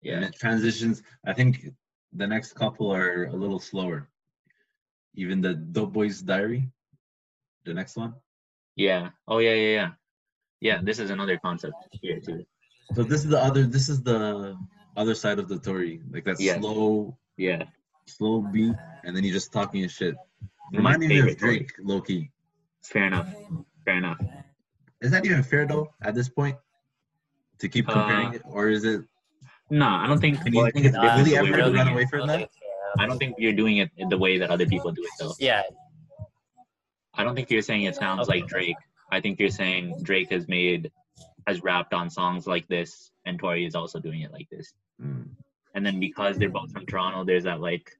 Speaker 2: Yeah.
Speaker 1: And it transitions. I think the next couple are a little slower. Even the Dope Boys Diary, the next one.
Speaker 2: Yeah. Oh yeah, yeah, yeah. Yeah, this is another concept here too.
Speaker 1: So this is the other. This is the other side of the Tory, like that
Speaker 2: Yeah.
Speaker 1: slow,
Speaker 2: Yeah.
Speaker 1: slow beat, and then you're just talking his shit.
Speaker 2: My
Speaker 1: Reminding me of
Speaker 2: favorite Tory.
Speaker 1: Drake, Loki.
Speaker 2: Fair enough. Fair enough.
Speaker 1: Is that even fair though at this point? To keep comparing
Speaker 2: Uh,
Speaker 1: it, or is it?
Speaker 2: No, I don't think,
Speaker 1: Can
Speaker 2: well,
Speaker 1: you-
Speaker 2: I think it's
Speaker 1: can
Speaker 2: different
Speaker 1: Willie
Speaker 2: the way
Speaker 1: Everett
Speaker 2: we're doing
Speaker 1: run
Speaker 2: it.
Speaker 1: away from that?
Speaker 2: I don't think you're doing it in the way that other people do it though.
Speaker 3: Yeah.
Speaker 2: I don't think you're saying it sounds
Speaker 3: Okay.
Speaker 2: like Drake. I think you're saying Drake has made has rapped on songs like this and Tori is also doing it like this.
Speaker 1: Mm,
Speaker 2: And then because they're both from Toronto, there's that like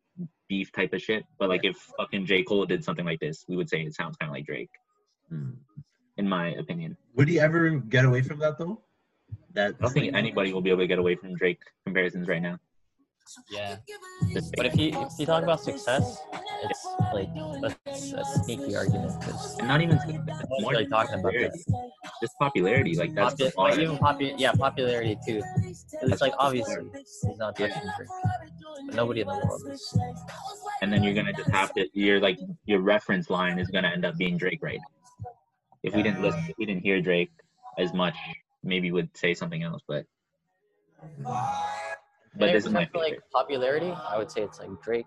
Speaker 2: beef type of shit. But like if fucking J. Cole did something like this, we would say it sounds kinda like Drake,
Speaker 1: mm.
Speaker 2: in my opinion.
Speaker 1: Would he ever get away from that though? That
Speaker 2: I don't think anybody will be able to get away from Drake comparisons right now.
Speaker 3: Yeah.
Speaker 2: This
Speaker 3: But if you if you talk about success, it's like that's a sneaky argument because
Speaker 2: and not even success,
Speaker 3: no
Speaker 2: more
Speaker 3: one's really
Speaker 2: than
Speaker 3: talking about
Speaker 2: popularity.
Speaker 3: this.
Speaker 2: just popularity, like that's
Speaker 3: Popu-
Speaker 2: the
Speaker 3: like
Speaker 2: bar.
Speaker 3: even popu- yeah, popularity too. 'Cause It's like obviously he's not touching Drake. But nobody in the world is.
Speaker 2: and then you're gonna just have to you're like your reference line is gonna end up being Drake right now. if we didn't listen if we didn't hear Drake as much maybe would say something else but but
Speaker 3: And
Speaker 2: this is my
Speaker 3: except for, like
Speaker 2: favorite
Speaker 3: popularity, I would say it's like Drake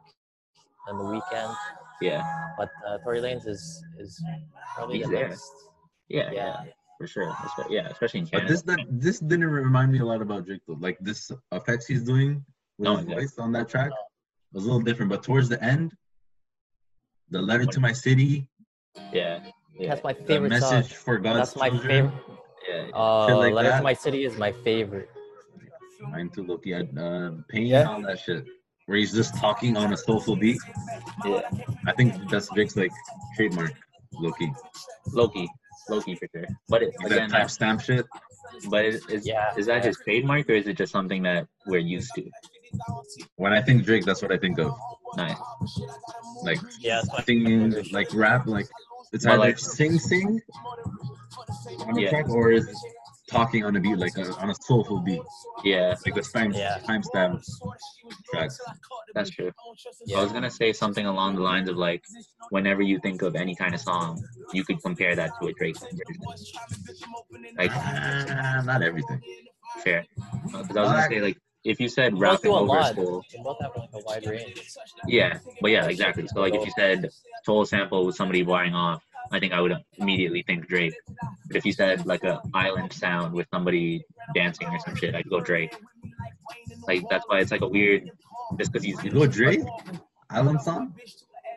Speaker 3: and The Weeknd,
Speaker 2: yeah
Speaker 3: but uh, Tory Lanez is is probably
Speaker 2: He's
Speaker 3: the
Speaker 2: there.
Speaker 3: next.
Speaker 2: yeah yeah
Speaker 3: Yeah,
Speaker 2: for sure Espe- yeah especially in
Speaker 1: But
Speaker 2: Canada
Speaker 1: this that this didn't remind me a lot about Drake though. Like this effects he's doing with
Speaker 2: No,
Speaker 1: his
Speaker 2: yeah.
Speaker 1: voice on that track was a little different. But towards the end, the letter to my city,
Speaker 2: yeah yeah
Speaker 3: that's my
Speaker 1: the
Speaker 3: favorite song.
Speaker 1: message for God's
Speaker 3: That's my
Speaker 1: children.
Speaker 3: favorite.
Speaker 2: yeah
Speaker 3: Oh,
Speaker 1: Shit like
Speaker 3: Letter
Speaker 1: that.
Speaker 3: to My City is my favorite.
Speaker 1: Mine too, Loki. I, uh, pain
Speaker 3: Yeah.
Speaker 1: on that shit, where he's just talking on a soulful beat.
Speaker 2: yeah
Speaker 1: I think that's Drake's like trademark, Loki.
Speaker 2: Loki Loki for sure but it,
Speaker 1: That
Speaker 2: again uh,
Speaker 1: timestamp shit.
Speaker 2: but is, is,
Speaker 3: Yeah.
Speaker 2: is that his trademark or is it just something that we're used to
Speaker 1: When I think Drake, that's what I think of.
Speaker 2: nice
Speaker 1: Like
Speaker 3: Yeah, that's my
Speaker 1: singing,
Speaker 3: favorite.
Speaker 1: like rap, like it's
Speaker 2: But,
Speaker 1: either
Speaker 2: like-
Speaker 1: sing, sing on a
Speaker 2: Yeah.
Speaker 1: track, or is talking on a beat, like a, on a soulful beat,
Speaker 2: yeah
Speaker 1: like the time
Speaker 3: Yeah.
Speaker 1: timestamp track.
Speaker 2: that's true I
Speaker 3: Yeah.
Speaker 2: was gonna say something along the lines of like, whenever you think of any kind of song, you could compare that to a Drake version. Like,
Speaker 1: Ah, not everything.
Speaker 2: fair. Because I was gonna say like, if you said rap
Speaker 3: do a
Speaker 2: over
Speaker 3: lot.
Speaker 2: soul,
Speaker 3: They both have like a wide range.
Speaker 2: yeah, but yeah, exactly. So like, if you said soul sample with somebody wiring off, I think I would immediately think Drake. But if you said like a island sound with somebody dancing or some shit, I'd go Drake. Like that's why it's like a weird, just because he's
Speaker 1: You go Drake, island song.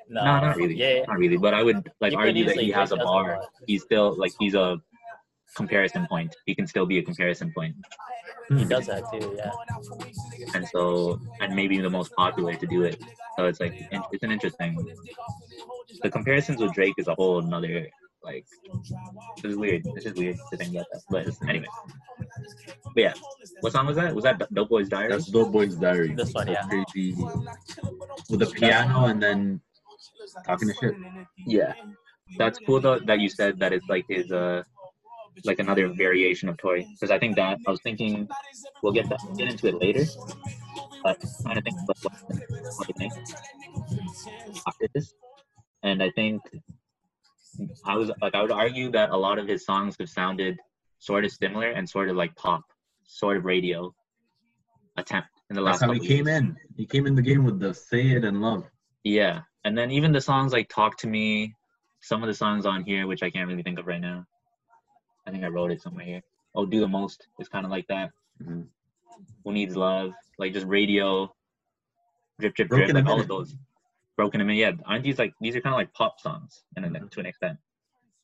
Speaker 3: No,
Speaker 2: no, not really.
Speaker 3: Yeah, yeah.
Speaker 2: Not really. But I would like
Speaker 3: You could
Speaker 2: argue that
Speaker 3: easily
Speaker 2: he has a
Speaker 3: drink as
Speaker 2: bar.
Speaker 3: lot.
Speaker 2: He's still like he's a comparison point. He can still be a comparison point.
Speaker 3: He does that too. Yeah.
Speaker 2: And so and maybe the most popular to do it. So it's like in- it's an interesting. The comparisons with Drake is a whole another like. This is weird. This is weird to think about that. But anyway. But yeah, what song was that? Was that Do- Dope Boy's Diary?
Speaker 1: That's Dope Boy's Diary.
Speaker 3: This one,
Speaker 1: That's
Speaker 3: yeah.
Speaker 1: Crazy. With the piano and then talking to shit.
Speaker 2: Yeah, that's cool though that you said that it's like his uh like another variation of Tori because I think that I was thinking we'll get that get into it later. But I'm trying to think about what, what to think after this, and I think I was like I would argue that a lot of his songs have sounded sort of similar and sort of like pop, sort of radio attempt in the
Speaker 1: That's
Speaker 2: last.
Speaker 1: how he
Speaker 2: couple
Speaker 1: came
Speaker 2: years.
Speaker 1: in. He came in the game with the Say It and Love.
Speaker 2: Yeah, and then even the songs like "Talk to Me," some of the songs on here, which I can't really think of right now. I think I wrote it somewhere here. Oh, do the most. It's kind of like that.
Speaker 1: Mhm.
Speaker 2: Who needs love? Like just radio, drip drip
Speaker 1: Broken
Speaker 2: drip. Like
Speaker 1: a
Speaker 2: all
Speaker 1: Minute.
Speaker 2: of those. Broken and yeah, aren't these like these are kind of like pop songs, and then to an extent.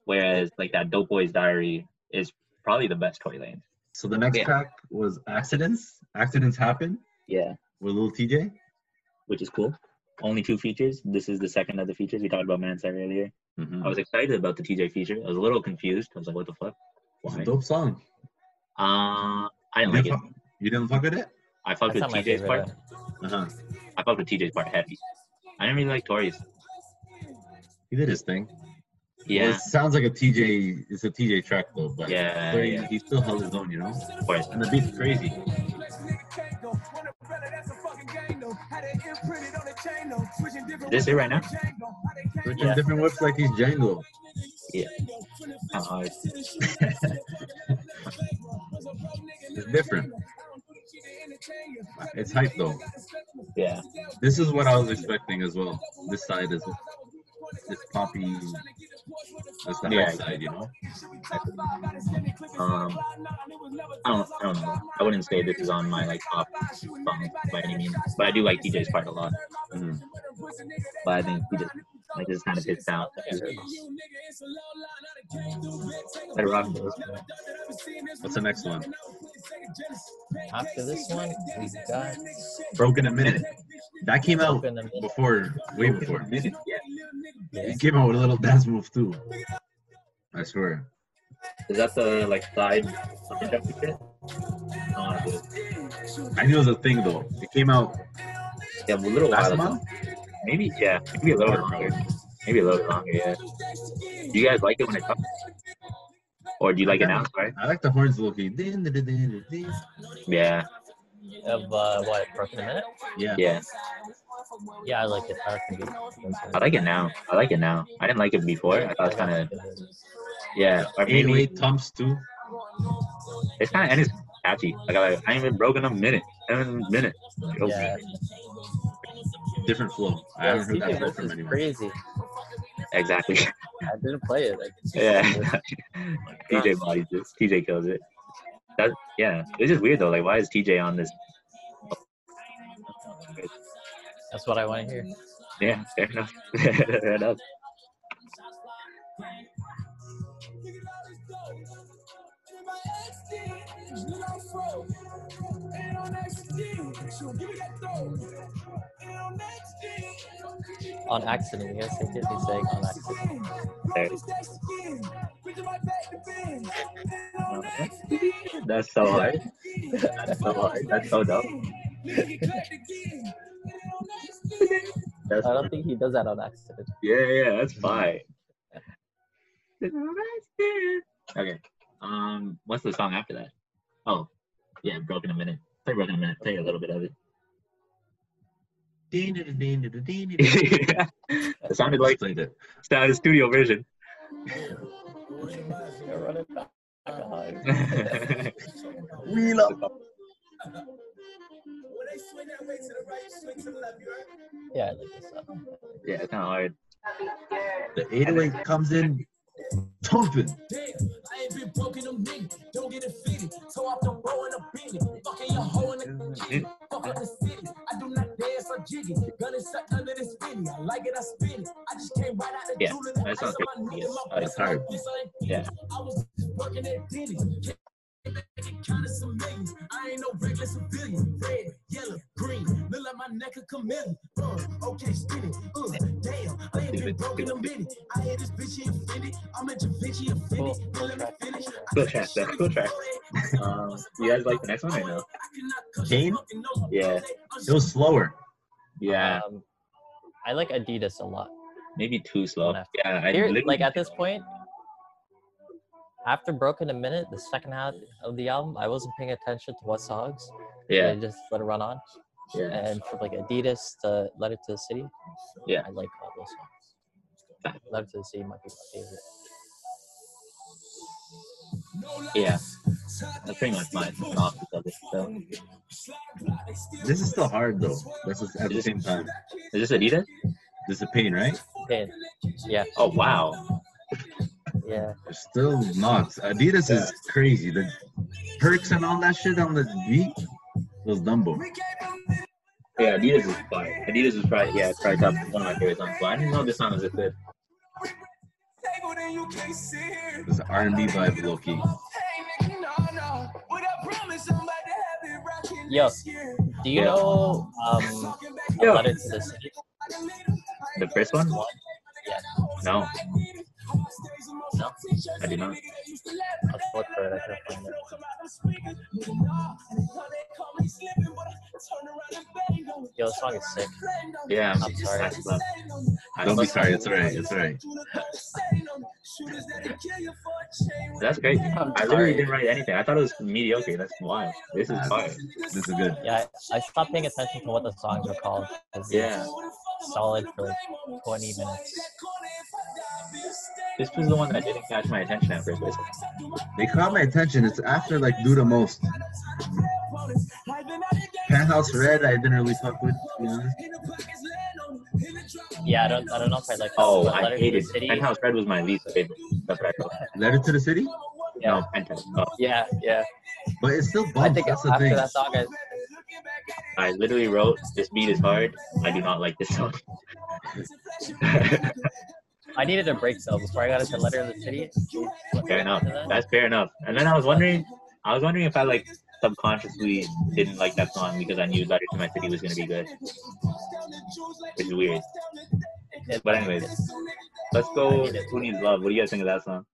Speaker 2: Whereas like that Dope Boy's Diary is probably the best Tory Lane.
Speaker 1: So the next
Speaker 2: Yeah.
Speaker 1: track was Accidents. Accidents Happen
Speaker 2: Yeah,
Speaker 1: with Lil TJ.
Speaker 2: which is cool. Only two features. This is the second of the features we talked about Mansa earlier. I
Speaker 1: Mhm.
Speaker 2: was excited about the TJ feature. I was a little confused. I was like, what the fuck?
Speaker 1: It's
Speaker 2: Why?
Speaker 1: a dope song.
Speaker 2: Uh, I
Speaker 1: You
Speaker 2: didn't like
Speaker 3: [laughs]
Speaker 1: didn't,
Speaker 2: it.
Speaker 1: fuck, you didn't fuck with it?
Speaker 2: I fucked
Speaker 3: That's
Speaker 2: with
Speaker 3: not my
Speaker 2: TJ's
Speaker 3: favorite. uh,
Speaker 2: part.
Speaker 3: one.
Speaker 1: Uh-huh.
Speaker 2: I fucked with TJ's part heavy. I didn't really like Tori's.
Speaker 1: He did his thing. Well,
Speaker 2: Yeah,
Speaker 1: it sounds like a TJ. It's a TJ track though, but
Speaker 2: Yeah,
Speaker 1: but he-
Speaker 2: yeah.
Speaker 1: he still held his own, you know.
Speaker 2: of course.
Speaker 1: And the beat's crazy.
Speaker 2: This it right now?
Speaker 1: Switching
Speaker 3: Yeah.
Speaker 1: different whips like he's Django.
Speaker 2: Yeah. Kinda hard.
Speaker 1: [laughs] It's different. It's hype though.
Speaker 2: Yeah,
Speaker 1: This is what I was expecting as well. This side is this poppy. That's the
Speaker 2: Yeah.
Speaker 1: high side, you know.
Speaker 2: um, I don't, I don't know. I wouldn't say this is on my like top song by any means, but I do like TJ's part a lot. Mm-hmm.
Speaker 1: Mhm.
Speaker 2: But I think he just like this is kind of hits out. Um, Let it rock.
Speaker 1: What's the next one?
Speaker 3: After this one, we got
Speaker 1: Broken a minute. That came out
Speaker 3: Broken a Minute.
Speaker 1: before, way before.
Speaker 2: Yeah,
Speaker 1: He came out with a little dance move too. I swear.
Speaker 2: is that the like side? feature? Uh,
Speaker 1: I knew it was a thing though. It came out
Speaker 2: yeah, a little while
Speaker 1: last
Speaker 2: ago.
Speaker 1: month.
Speaker 2: Maybe yeah, maybe a little bit longer. Maybe a little bit longer, yeah. Do you guys like it when it comes? Or do you like it now? Sorry.
Speaker 1: I like the horns looking. Din, din, din, din, din.
Speaker 2: Yeah,
Speaker 3: of uh, what broken a minute.
Speaker 1: Yeah.
Speaker 2: yeah.
Speaker 3: Yeah, I like it. I like it.
Speaker 2: I like it now. I like it now. I didn't like it before. I thought it was kind of yeah. Or
Speaker 1: Eight
Speaker 2: maybe
Speaker 1: eight thumps too.
Speaker 2: it's kind of and it's catchy. Like I, I ain't even broken a minute. I ain't even a minute. Broken a
Speaker 3: Yeah.
Speaker 2: minute.
Speaker 1: Different flow. I
Speaker 3: Yeah,
Speaker 1: haven't heard
Speaker 3: Stevie
Speaker 1: that flow
Speaker 3: Nicks
Speaker 1: from
Speaker 3: is
Speaker 1: anyone.
Speaker 3: crazy.
Speaker 2: Exactly. [laughs]
Speaker 3: I didn't play it. Like,
Speaker 1: [laughs]
Speaker 2: Yeah. TJ bodies this. TJ kills it. That yeah. It's just weird though. Like why is TJ on this?
Speaker 3: [laughs] That's what I want to hear.
Speaker 2: Yeah. Fair enough. [laughs] fair enough.
Speaker 3: On accident. Yes, I did. He's saying on accident.
Speaker 2: There. That's so hard. [laughs] That's so hard. That's so dumb. [laughs] That's
Speaker 3: I don't think he does that on accident.
Speaker 2: Yeah, yeah, that's fine. okay. Um, what's the song after that? Oh, yeah, broken a minute. Play broken a minute. Play a little
Speaker 1: [laughs]
Speaker 2: bit of it. [laughs]
Speaker 1: Din, din, din, din, din, din.
Speaker 2: it sounded like
Speaker 1: Played it.
Speaker 2: the studio
Speaker 1: [laughs]
Speaker 2: version.
Speaker 3: You're running back.
Speaker 2: yeah,
Speaker 1: We love.
Speaker 3: Yeah, I like this song.
Speaker 2: it's kind of hard.
Speaker 1: The 808 comes in, thumping.
Speaker 3: [laughs]
Speaker 4: [laughs]
Speaker 2: It-
Speaker 5: jiggy. Gun is sucked under this finny. I like it, I spin it. I just came right out the
Speaker 2: Yeah,
Speaker 5: jewelry.
Speaker 2: that sounds
Speaker 5: I saw my
Speaker 2: good.
Speaker 5: nigga,
Speaker 2: Yes,
Speaker 5: my
Speaker 1: I
Speaker 5: best
Speaker 1: heard.
Speaker 5: friend, so I-
Speaker 2: Yeah.
Speaker 5: I was working at Denny's. Counted some millions. I ain't no regular civilian. Red, yellow, green. Look like my neck a chameleon. Uh, okay, spin it. Uh, damn. I ain't been broke in a minute. I had this bitch, he offended. I'm at Da Vinci offended. Now let me finish. I
Speaker 2: Go
Speaker 5: got
Speaker 2: track
Speaker 5: this
Speaker 2: that.
Speaker 5: shit
Speaker 2: Go
Speaker 5: in
Speaker 2: track.
Speaker 5: the bag.
Speaker 2: Um, you guys like the next one or no?
Speaker 1: Kane?
Speaker 2: Yeah.
Speaker 1: It was slower.
Speaker 2: Yeah,
Speaker 3: Um, I like Adidas a lot.
Speaker 2: maybe too slow.
Speaker 3: Left.
Speaker 2: Yeah, I
Speaker 3: Here,
Speaker 2: literally-
Speaker 3: like at this point, after Broken a Minute, the second half of the album, I wasn't paying attention to what songs. I
Speaker 2: yeah,
Speaker 3: just let it run on.
Speaker 2: yeah.
Speaker 3: And for like Adidas, the Letter to the City.
Speaker 2: Yeah.
Speaker 3: I like all those songs. Letter to the City might be my favorite.
Speaker 2: Yeah, that's pretty much mine. It's off the subject, so.
Speaker 1: This is still hard though. This is at the same time.
Speaker 2: Is this Adidas?
Speaker 1: This is pain, right?
Speaker 3: Okay. Yeah,
Speaker 2: Oh wow,
Speaker 3: yeah.
Speaker 1: It's still not. Adidas is crazy. The perks and all that shit on the beat was Dumbo.
Speaker 2: yeah, Adidas is fire. Adidas is probably yeah, it's probably top one of my favorite songs. But I didn't know this song was a good.
Speaker 1: It's R&B vibe, Loki.
Speaker 3: Yo, do you
Speaker 2: Yeah.
Speaker 3: know um, a
Speaker 2: [laughs] Yo.
Speaker 3: Letter to the City?
Speaker 2: The first one?
Speaker 3: Yeah.
Speaker 2: No, I did not.
Speaker 3: I'll just look for it. I can't find it. Yo, this song is sick.
Speaker 2: Yeah, I'm
Speaker 3: I'm sorry.
Speaker 2: I slept. I
Speaker 1: Don't be
Speaker 2: slept.
Speaker 1: sorry. It's alright. It's alright.
Speaker 2: That's crazy.
Speaker 3: I'm
Speaker 2: I
Speaker 3: sorry.
Speaker 2: literally didn't write anything. I thought it was mediocre. That's wild. This is fire.
Speaker 1: This is good.
Speaker 3: Yeah, I, I stopped paying attention to what the songs were called. 'cause
Speaker 2: Yeah.
Speaker 3: it's Solid for like 20 minutes.
Speaker 2: This was the one that didn't catch my attention at first. It's-
Speaker 1: They caught my attention. It's after like do the most. Penthouse Red, I didn't really fuck with. To be honest.
Speaker 3: Yeah, I don't, I don't know if I like that.
Speaker 2: Oh,
Speaker 3: but Letter E
Speaker 2: I
Speaker 3: to the
Speaker 2: hated
Speaker 3: City.
Speaker 2: Penthouse Red was my least favorite. That's what I wrote.
Speaker 1: Letter to the City,
Speaker 3: Yeah.
Speaker 2: No, Penthouse. Oh,
Speaker 3: Yeah, yeah.
Speaker 1: but it's still
Speaker 3: I
Speaker 1: bumps.
Speaker 3: think
Speaker 1: That's the
Speaker 3: after
Speaker 1: thing.
Speaker 3: that song, I,
Speaker 2: I literally wrote this beat is hard. I do not like this song.
Speaker 3: I needed a break though before I got into Letter of the City.
Speaker 2: fair enough. [laughs] That's fair enough. And then I was wondering, I was wondering if I like subconsciously didn't like that song because I knew Letter to My City was gonna be good, which is weird. But anyways, let's go. Who needs love? What do you guys think of that song?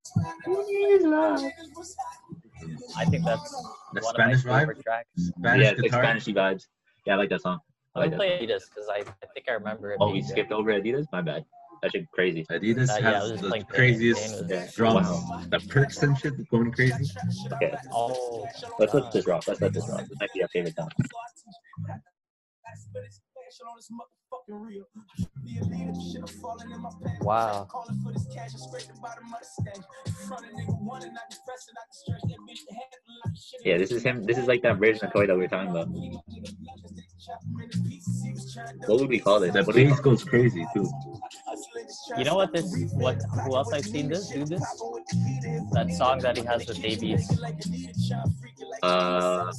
Speaker 3: I think that's
Speaker 1: The
Speaker 3: one
Speaker 1: Spanish
Speaker 3: of my favorite
Speaker 1: vibe,
Speaker 3: tracks.
Speaker 1: Spanish
Speaker 2: yeah, it's like
Speaker 1: guitar.
Speaker 2: Spanishy vibes. Yeah, I like that song. Oh, I
Speaker 3: I
Speaker 2: like
Speaker 3: would
Speaker 2: that.
Speaker 3: play Adidas because I, I think I remember it.
Speaker 2: Oh,
Speaker 3: being
Speaker 2: we
Speaker 3: good.
Speaker 2: skipped over Adidas. My bad. That shit crazy.
Speaker 1: Adidas
Speaker 3: Uh, yeah, I
Speaker 1: has
Speaker 3: was just
Speaker 1: the
Speaker 3: playing Pain. Pain
Speaker 1: craziest
Speaker 3: was-
Speaker 2: Yeah.
Speaker 1: drums.
Speaker 2: Wow.
Speaker 1: The perks and shit going crazy.
Speaker 2: Okay.
Speaker 3: Oh,
Speaker 2: Let's let this rock. Let's let this rock. This might be our favorite song.
Speaker 3: wow.
Speaker 2: Yeah, this is him. This is like that version of Koi that we were talking about. What would we call this?
Speaker 1: The
Speaker 2: What do we
Speaker 1: bass goes crazy too.
Speaker 3: You know what this? What? Who else I've seen this do this? That song that he has with Davies,
Speaker 2: Uh,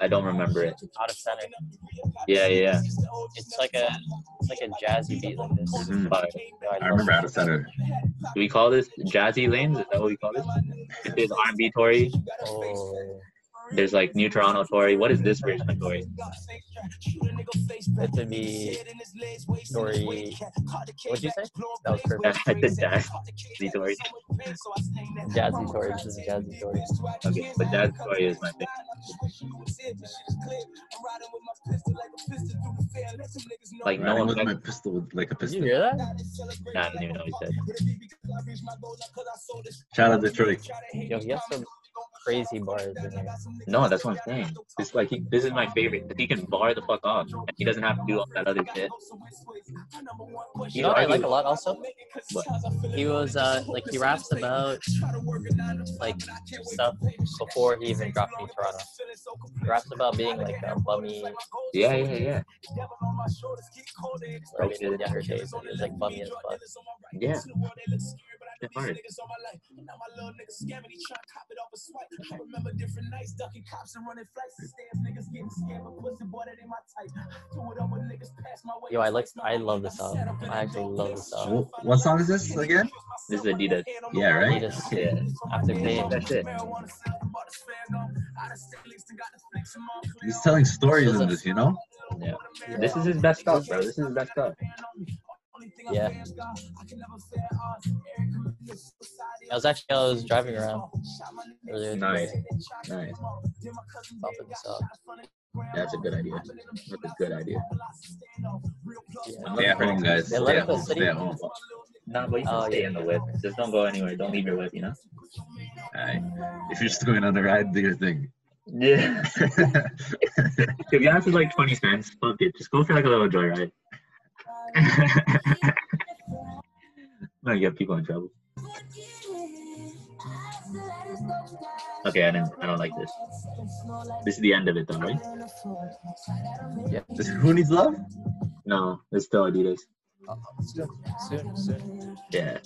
Speaker 2: I don't remember it.
Speaker 3: Out of Center.
Speaker 2: Yeah, yeah.
Speaker 3: It's like a, it's like a jazzy beat like this.
Speaker 1: Mm.
Speaker 2: Fire.
Speaker 3: No, I
Speaker 1: I
Speaker 3: love
Speaker 1: remember out of center.
Speaker 2: Mm-hmm. Do we call this Jazzy Lanes? Is that what we call this? There's R&B Tory.
Speaker 3: it. Oh,
Speaker 2: There's like New Toronto Tory. What is this version of Tory?
Speaker 3: it to be Dory. What'd you say? That was
Speaker 2: I
Speaker 3: perfect.
Speaker 2: said Jazzy Tory.
Speaker 3: Jazzy Tory. This is Jazzy Tory.
Speaker 2: Okay, but Jazzy Tory is my favorite. Like no
Speaker 1: Riding
Speaker 2: one
Speaker 1: with my
Speaker 2: like,
Speaker 1: pistol with like a
Speaker 3: Did you
Speaker 1: pistol.
Speaker 3: hear that?
Speaker 2: nah, I didn't even know what he said.
Speaker 1: Shout out Detroit.
Speaker 3: Yo, he has some crazy bars in here.
Speaker 2: No, that's what I'm saying. It's like he, this is my favorite. He can bar the fuck off. And he doesn't have to do all that other shit.
Speaker 3: You know what I like a lot also?
Speaker 2: What?
Speaker 3: He was uh like he raps about like stuff before he even dropped New Toronto. He raps about being like a bummy
Speaker 2: Yeah, yeah, yeah,
Speaker 3: like in his younger days. and He was like bummy as fuck.
Speaker 2: yeah. shit hard.
Speaker 5: I remember different nights ducking cops and running flights to stab niggas getting scared, but pussy boy that ain't my type. Do it up when niggas pass my way.
Speaker 3: Yo, I like, I love this song. I actually love this song.
Speaker 1: Wh- What song is this again?
Speaker 2: This is Adidas.
Speaker 1: Yeah, right?
Speaker 3: Adidas.
Speaker 1: Yeah.
Speaker 3: After paying,
Speaker 2: That's it.
Speaker 1: He's telling stories in this, you know?
Speaker 2: Yeah. This is his best stuff, bro. This is his best stuff.
Speaker 3: yeah. I was actually, I was driving around earlier.
Speaker 2: Nice.
Speaker 1: Nice.
Speaker 3: Bumping this up.
Speaker 2: That's a good idea. That's a good idea.
Speaker 3: Yeah.
Speaker 1: Stay at home, guys.
Speaker 3: They
Speaker 1: Stay
Speaker 3: let
Speaker 1: at
Speaker 3: the
Speaker 1: home.
Speaker 3: city-
Speaker 1: Stay at home.
Speaker 2: No, but you can
Speaker 3: Oh,
Speaker 2: stay
Speaker 3: yeah.
Speaker 2: in the whip. Just don't go anywhere. Don't leave your whip, you know? [laughs]
Speaker 1: Alright. If you're just going on a ride, do your thing. [laughs]
Speaker 2: Yeah. if you have to like 20 cents, fuck it. Just go for like a little joyride. no, you get people in trouble. [laughs] Okay, I didn't. I don't like this. This is the end of it, though, right?
Speaker 1: This is Who Needs Love?
Speaker 2: No, it's still Adidas.
Speaker 3: Soon, soon.
Speaker 2: Yeah.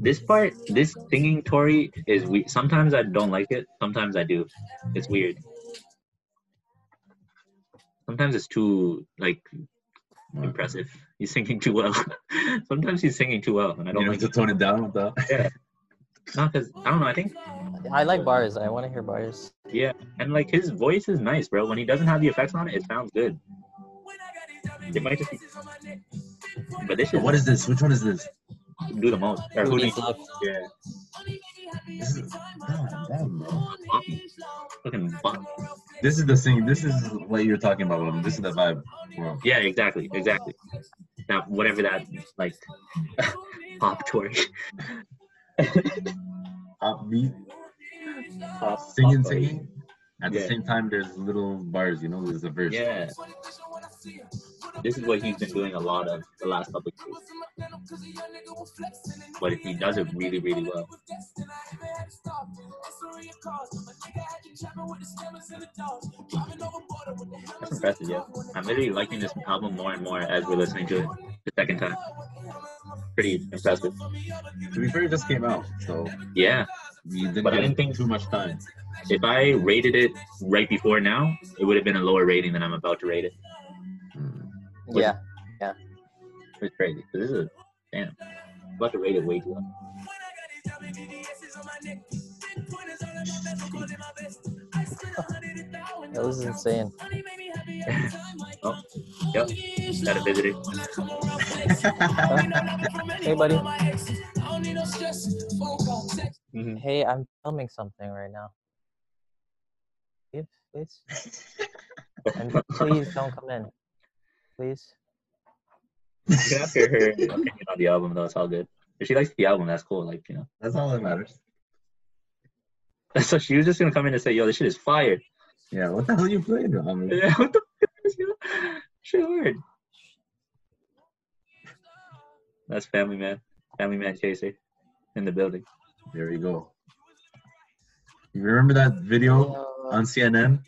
Speaker 2: This part, this singing Tori is we. Sometimes I don't like it. Sometimes I do. It's weird. Sometimes it's too like impressive. He's singing too well. [laughs] sometimes he's singing too well, and I don't
Speaker 1: You know,
Speaker 2: like
Speaker 1: to
Speaker 2: it.
Speaker 1: tone it down with that.
Speaker 2: Not because I don't know. I think
Speaker 3: I like bars. I want to hear bars.
Speaker 2: yeah, and like his voice is nice, bro. When he doesn't have the effects on it, it sounds good. It might just be, but this
Speaker 1: [laughs]
Speaker 2: is
Speaker 1: What is this? Which one is this?
Speaker 2: do the most. Or
Speaker 3: Who
Speaker 2: who
Speaker 3: needs
Speaker 2: needs?
Speaker 3: love?
Speaker 2: Yeah,
Speaker 1: This is, God damn, bro.
Speaker 2: bop. fucking bop.
Speaker 1: This is the thing. This is what you're talking about, Robin. This is the vibe. Bro.
Speaker 2: Yeah, exactly, exactly. That whatever that like pop Tori.
Speaker 1: Pop beat,
Speaker 2: [laughs] Pop-
Speaker 1: singing,
Speaker 2: pop Tori.
Speaker 1: singing. At the
Speaker 2: Yeah.
Speaker 1: same time, there's little bars, you know, there's a verse.
Speaker 2: Yeah. This is what he's been doing a lot of the last couple of years. But he does it really, really well. That's impressive, yeah. I'm really liking this album more and more as we're listening to it the second time. Pretty impressive.
Speaker 1: To be fair, it just came out, so
Speaker 2: Yeah.
Speaker 1: you didn't
Speaker 2: But I
Speaker 1: get
Speaker 2: didn't think-
Speaker 1: too much time.
Speaker 2: If I rated it right before now, it would have been a lower rating than I'm about to rate it.
Speaker 1: Mm.
Speaker 3: Yeah.
Speaker 2: It's crazy. This is a damn. I'm about to rate it way too [laughs] high.
Speaker 3: Yo, this is insane. [laughs]
Speaker 1: Oh,
Speaker 2: Yep. Got a visitor.
Speaker 3: [laughs] Hey, buddy.
Speaker 2: Mhm.
Speaker 3: Hey, I'm filming something right now. If please, and please don't come in. Please.
Speaker 2: You can ask her her opinion on the album though. It's all good. If she likes the album, that's cool. Like you know, [laughs]
Speaker 1: That's all that matters.
Speaker 2: so she was just gonna come in and say, "Yo, this shit is fire."
Speaker 1: Yeah, what the hell are you playing, Robin?
Speaker 2: Yeah, [laughs] what the fuck is this? Shit hard. That's Family Man. Family Man Chaser in the building.
Speaker 1: There you go. You remember that video
Speaker 2: Uh,
Speaker 1: on CNN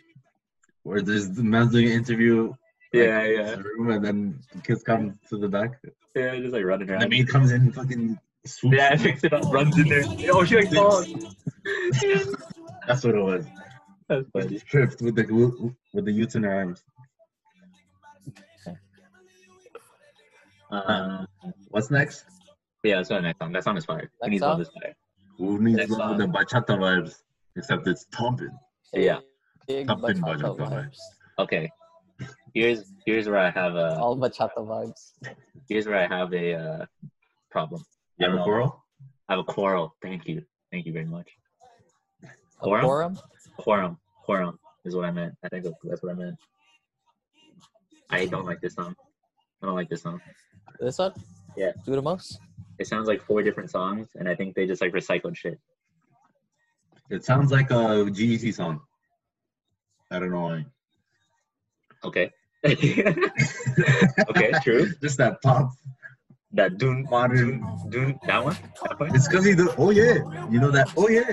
Speaker 1: where there's the man's doing an interview? like,
Speaker 2: Yeah,
Speaker 1: in
Speaker 2: yeah.
Speaker 1: his room, and then the kids come to the back.
Speaker 2: Yeah, just like running
Speaker 1: And the
Speaker 2: around.
Speaker 1: maid comes in and fucking swoops.
Speaker 2: [laughs] Yeah, picks it up, runs in there. [laughs] Oh, she like [laughs] falls.
Speaker 1: That's what it was.
Speaker 2: That's
Speaker 1: With
Speaker 2: funny.
Speaker 1: the script with the with the youth in her arms.
Speaker 2: Um,
Speaker 1: What's next?
Speaker 2: yeah, that's not next song. That song is fire.
Speaker 3: Next
Speaker 2: Who needs
Speaker 3: song?
Speaker 2: love is fire.
Speaker 1: Who needs
Speaker 2: Next
Speaker 1: love
Speaker 2: song.
Speaker 1: the bachata vibes? Except it's thumping.
Speaker 2: Yeah.
Speaker 3: Big
Speaker 1: Something
Speaker 3: bachata
Speaker 1: bachata
Speaker 3: vibes.
Speaker 2: Okay. Here's here's where I have a
Speaker 3: All bachata vibes.
Speaker 2: here's where I have a uh, problem.
Speaker 1: You have a
Speaker 2: No.
Speaker 1: quarrel?
Speaker 2: I have a quarrel. Thank you. Thank you very much.
Speaker 3: A
Speaker 2: Quorum?
Speaker 3: quorum?
Speaker 2: Quorum. Quorum is what I meant. I think that's what I meant. I don't like this song. I don't like this song.
Speaker 3: This one?
Speaker 2: Yeah.
Speaker 3: Do the most?
Speaker 2: It sounds like four different songs, and I think they just like recycled shit.
Speaker 1: It sounds like a GEC song. I don't know why.
Speaker 2: [laughs] Okay. okay, true.
Speaker 1: Just that pop.
Speaker 2: That Dune modern Dune that one? That part?
Speaker 1: It's because he does. Oh yeah, you know that. Oh yeah,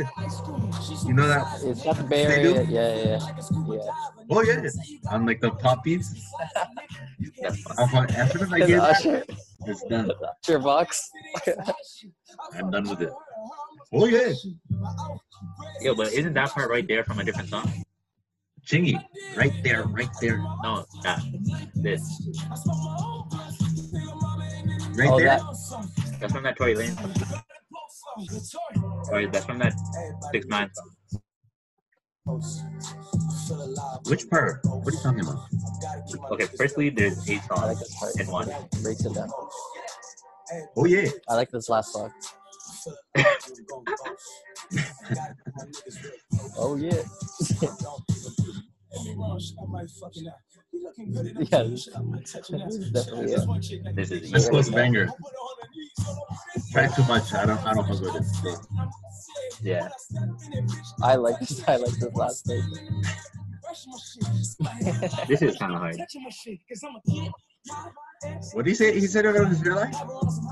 Speaker 1: you know that.
Speaker 3: It's not
Speaker 1: They
Speaker 3: Barry.
Speaker 1: do?
Speaker 3: Yeah, yeah, yeah.
Speaker 1: Oh yeah, on like the pop beats.
Speaker 3: [laughs]
Speaker 2: That's fun.
Speaker 1: I'm like, As soon as I
Speaker 3: His
Speaker 1: get that,
Speaker 3: usher,
Speaker 1: it's done.
Speaker 3: usher box.
Speaker 1: I'm done with it. Oh yeah,
Speaker 2: Yeah, but isn't that part right there from a different song?
Speaker 1: Chingy, right there, right there,
Speaker 2: No, that this.
Speaker 1: right
Speaker 3: oh,
Speaker 1: there.
Speaker 3: that.
Speaker 2: That's from that Tory Lane. song. Or that's from that Six Nine song.
Speaker 1: Which part? What are you talking about?
Speaker 2: Okay,
Speaker 4: [laughs]
Speaker 2: firstly there's eight
Speaker 3: I like
Speaker 2: songs
Speaker 3: this part.
Speaker 2: in one.
Speaker 3: Breaks it down.
Speaker 1: Oh yeah,
Speaker 3: I like this last song. oh yeah. [laughs] yeah, this is definitely it.
Speaker 2: This is
Speaker 1: West Coast banger. Track too much. I don't. I don't fuck with it. bro.
Speaker 2: yeah.
Speaker 3: I like this. I like this last thing.
Speaker 2: This is kinda hard.
Speaker 1: What did he say? He said it on his real life.
Speaker 2: Uh,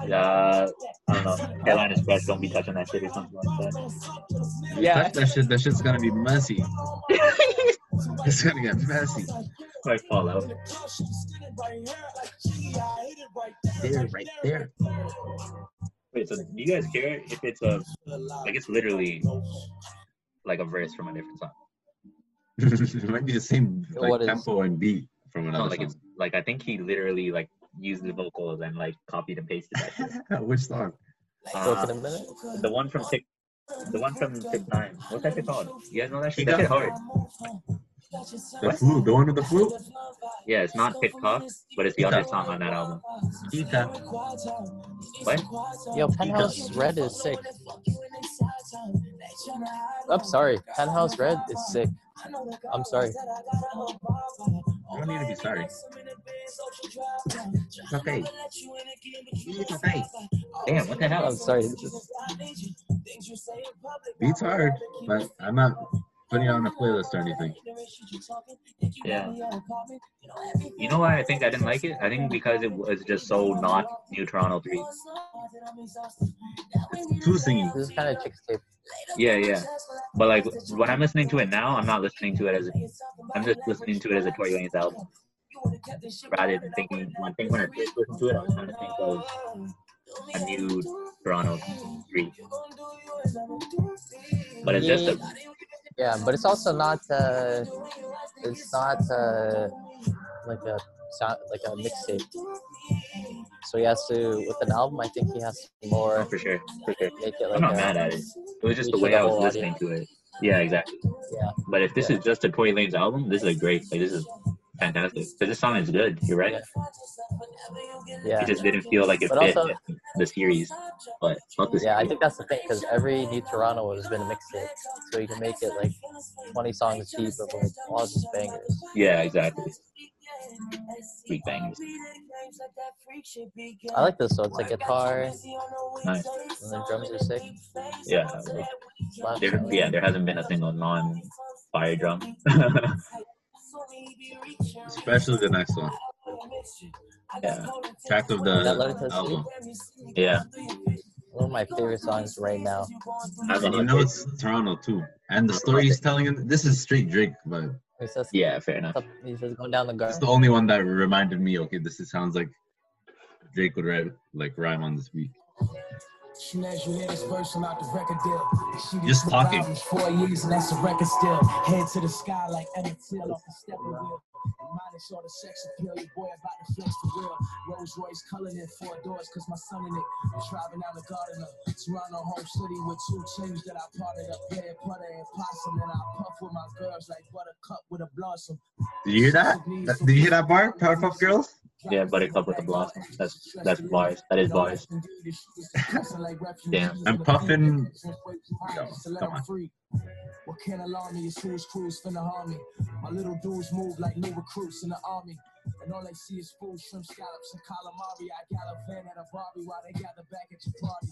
Speaker 2: I don't know. Carolina Express don't be touching that shit or something like that.
Speaker 3: Yeah,
Speaker 1: Touch that shit. That shit's gonna be
Speaker 3: [laughs]
Speaker 1: messy. It's gonna get messy.
Speaker 2: Like Fallout.
Speaker 1: There, right there.
Speaker 2: Wait, so do you guys care if it's a like it's literally like a verse from a different song?
Speaker 1: [laughs] it might be the same
Speaker 3: What
Speaker 1: like
Speaker 3: is- Oh
Speaker 1: tempo and beat from
Speaker 2: No,
Speaker 1: another
Speaker 2: like it's
Speaker 1: song.
Speaker 2: like I think he literally like used the vocals and like copied and pasted that shit.
Speaker 1: Which song?
Speaker 2: Uh,
Speaker 3: broken in a minute.
Speaker 2: the one from six, the one from six nine. What's that shit called? You guys know that
Speaker 1: He
Speaker 2: shit? That shit
Speaker 1: got-
Speaker 2: hard.
Speaker 1: The flute. The one with the flute.
Speaker 2: Yeah, it's not Pit Cock, but it's the other song on that album.
Speaker 1: Pita.
Speaker 2: What?
Speaker 3: Yo, Penthouse Red is sick. I'm sorry, Penthouse Red is sick. I'm sorry.
Speaker 1: You don't need to be sorry. It's okay. It's okay.
Speaker 2: Damn, what the
Speaker 3: I'm
Speaker 2: hell?
Speaker 3: sorry. This is,
Speaker 1: Beats hard, but I'm not putting it on a playlist or anything.
Speaker 2: Yeah. You know why I think I didn't like it? I think because it was just so not New Toronto three.
Speaker 1: It's too singing.
Speaker 3: this is kind of chick's tape.
Speaker 2: Yeah, yeah. But like when I'm listening to it now, I'm not listening to it as a, I'm just listening to it as a Tory Lanez album. Rather than thinking one thing when I first listened to it, I was trying to think oh, of a new Toronto three. But it's just a
Speaker 3: Yeah, but it's also not. Uh, it's not uh, like a sound, like a mixtape. So he has to with an album. I think he has to
Speaker 2: oh,
Speaker 3: more
Speaker 2: for sure, for sure.
Speaker 3: make it
Speaker 2: I'm
Speaker 3: like. uh,
Speaker 2: not
Speaker 3: a,
Speaker 2: mad at it. It was just the
Speaker 3: Reach
Speaker 2: way
Speaker 3: the
Speaker 2: I was
Speaker 3: whole
Speaker 2: listening to it. Yeah, exactly.
Speaker 3: Yeah.
Speaker 2: But if this is just a Tory Lanez album, this is a great. Like, this is fantastic. Because this song is good. You're right.
Speaker 3: Yeah.
Speaker 2: It just didn't feel like it
Speaker 3: But
Speaker 2: fit
Speaker 3: also-
Speaker 2: the series. But not this.
Speaker 3: Yeah, I think that's the thing because every New Toronto has been a mixtape, so you can make it like 20 songs deep of like all just bangers.
Speaker 2: Yeah, exactly. Sweet bangers.
Speaker 3: I like this one. It's like guitar and
Speaker 2: Nice.
Speaker 3: the drums are sick.
Speaker 2: Yeah.
Speaker 3: Loud.
Speaker 2: There, yeah, there hasn't been a single non-fire [laughs] drum.
Speaker 1: Especially the next one.
Speaker 2: yeah.
Speaker 1: Track of
Speaker 3: That Letter to
Speaker 1: the
Speaker 3: the
Speaker 1: album.
Speaker 2: Yeah.
Speaker 3: One of my favorite songs right now.
Speaker 2: I
Speaker 1: And you
Speaker 2: don't
Speaker 1: know
Speaker 2: know.
Speaker 1: it's Toronto too. And the story he's telling in this is straight Drake, but
Speaker 3: It says,
Speaker 2: [laughs] Yeah, fair enough.
Speaker 3: he says going down the
Speaker 1: it's the
Speaker 3: garden.
Speaker 1: only one that reminded me, okay, this is, sounds like Drake would write like rhyme on this beat.
Speaker 4: Snatch your latest verse from out the record deal. She did
Speaker 1: Just
Speaker 4: two
Speaker 1: talking.
Speaker 4: albums, Four years and that's a record still. Head to the sky like Emmett Till off the stepping wheel. Minus all the sex appeal, your boy about to flex the real. Rolls Royce colored in four doors, cause my son in it. I'm driving down the garden up. Toronto home city with two chains that I parted up. Yeah, butter and possum, and I puff with my girls like buttercup with a blossom.
Speaker 1: Did you hear that? That- Did you hear that bar? Powerpuff Girls?
Speaker 2: Yeah, Buttercup with the blossom. That's that's bars. That is bars. Damn.
Speaker 1: And Puffin. Yo, come on.
Speaker 4: What can alarm me is who's crews finna harm me. My little dudes move like new recruits in the army. And all they see is food, shrimp scallops, and calamari. I gallivant at a barbie while they gather back at your party.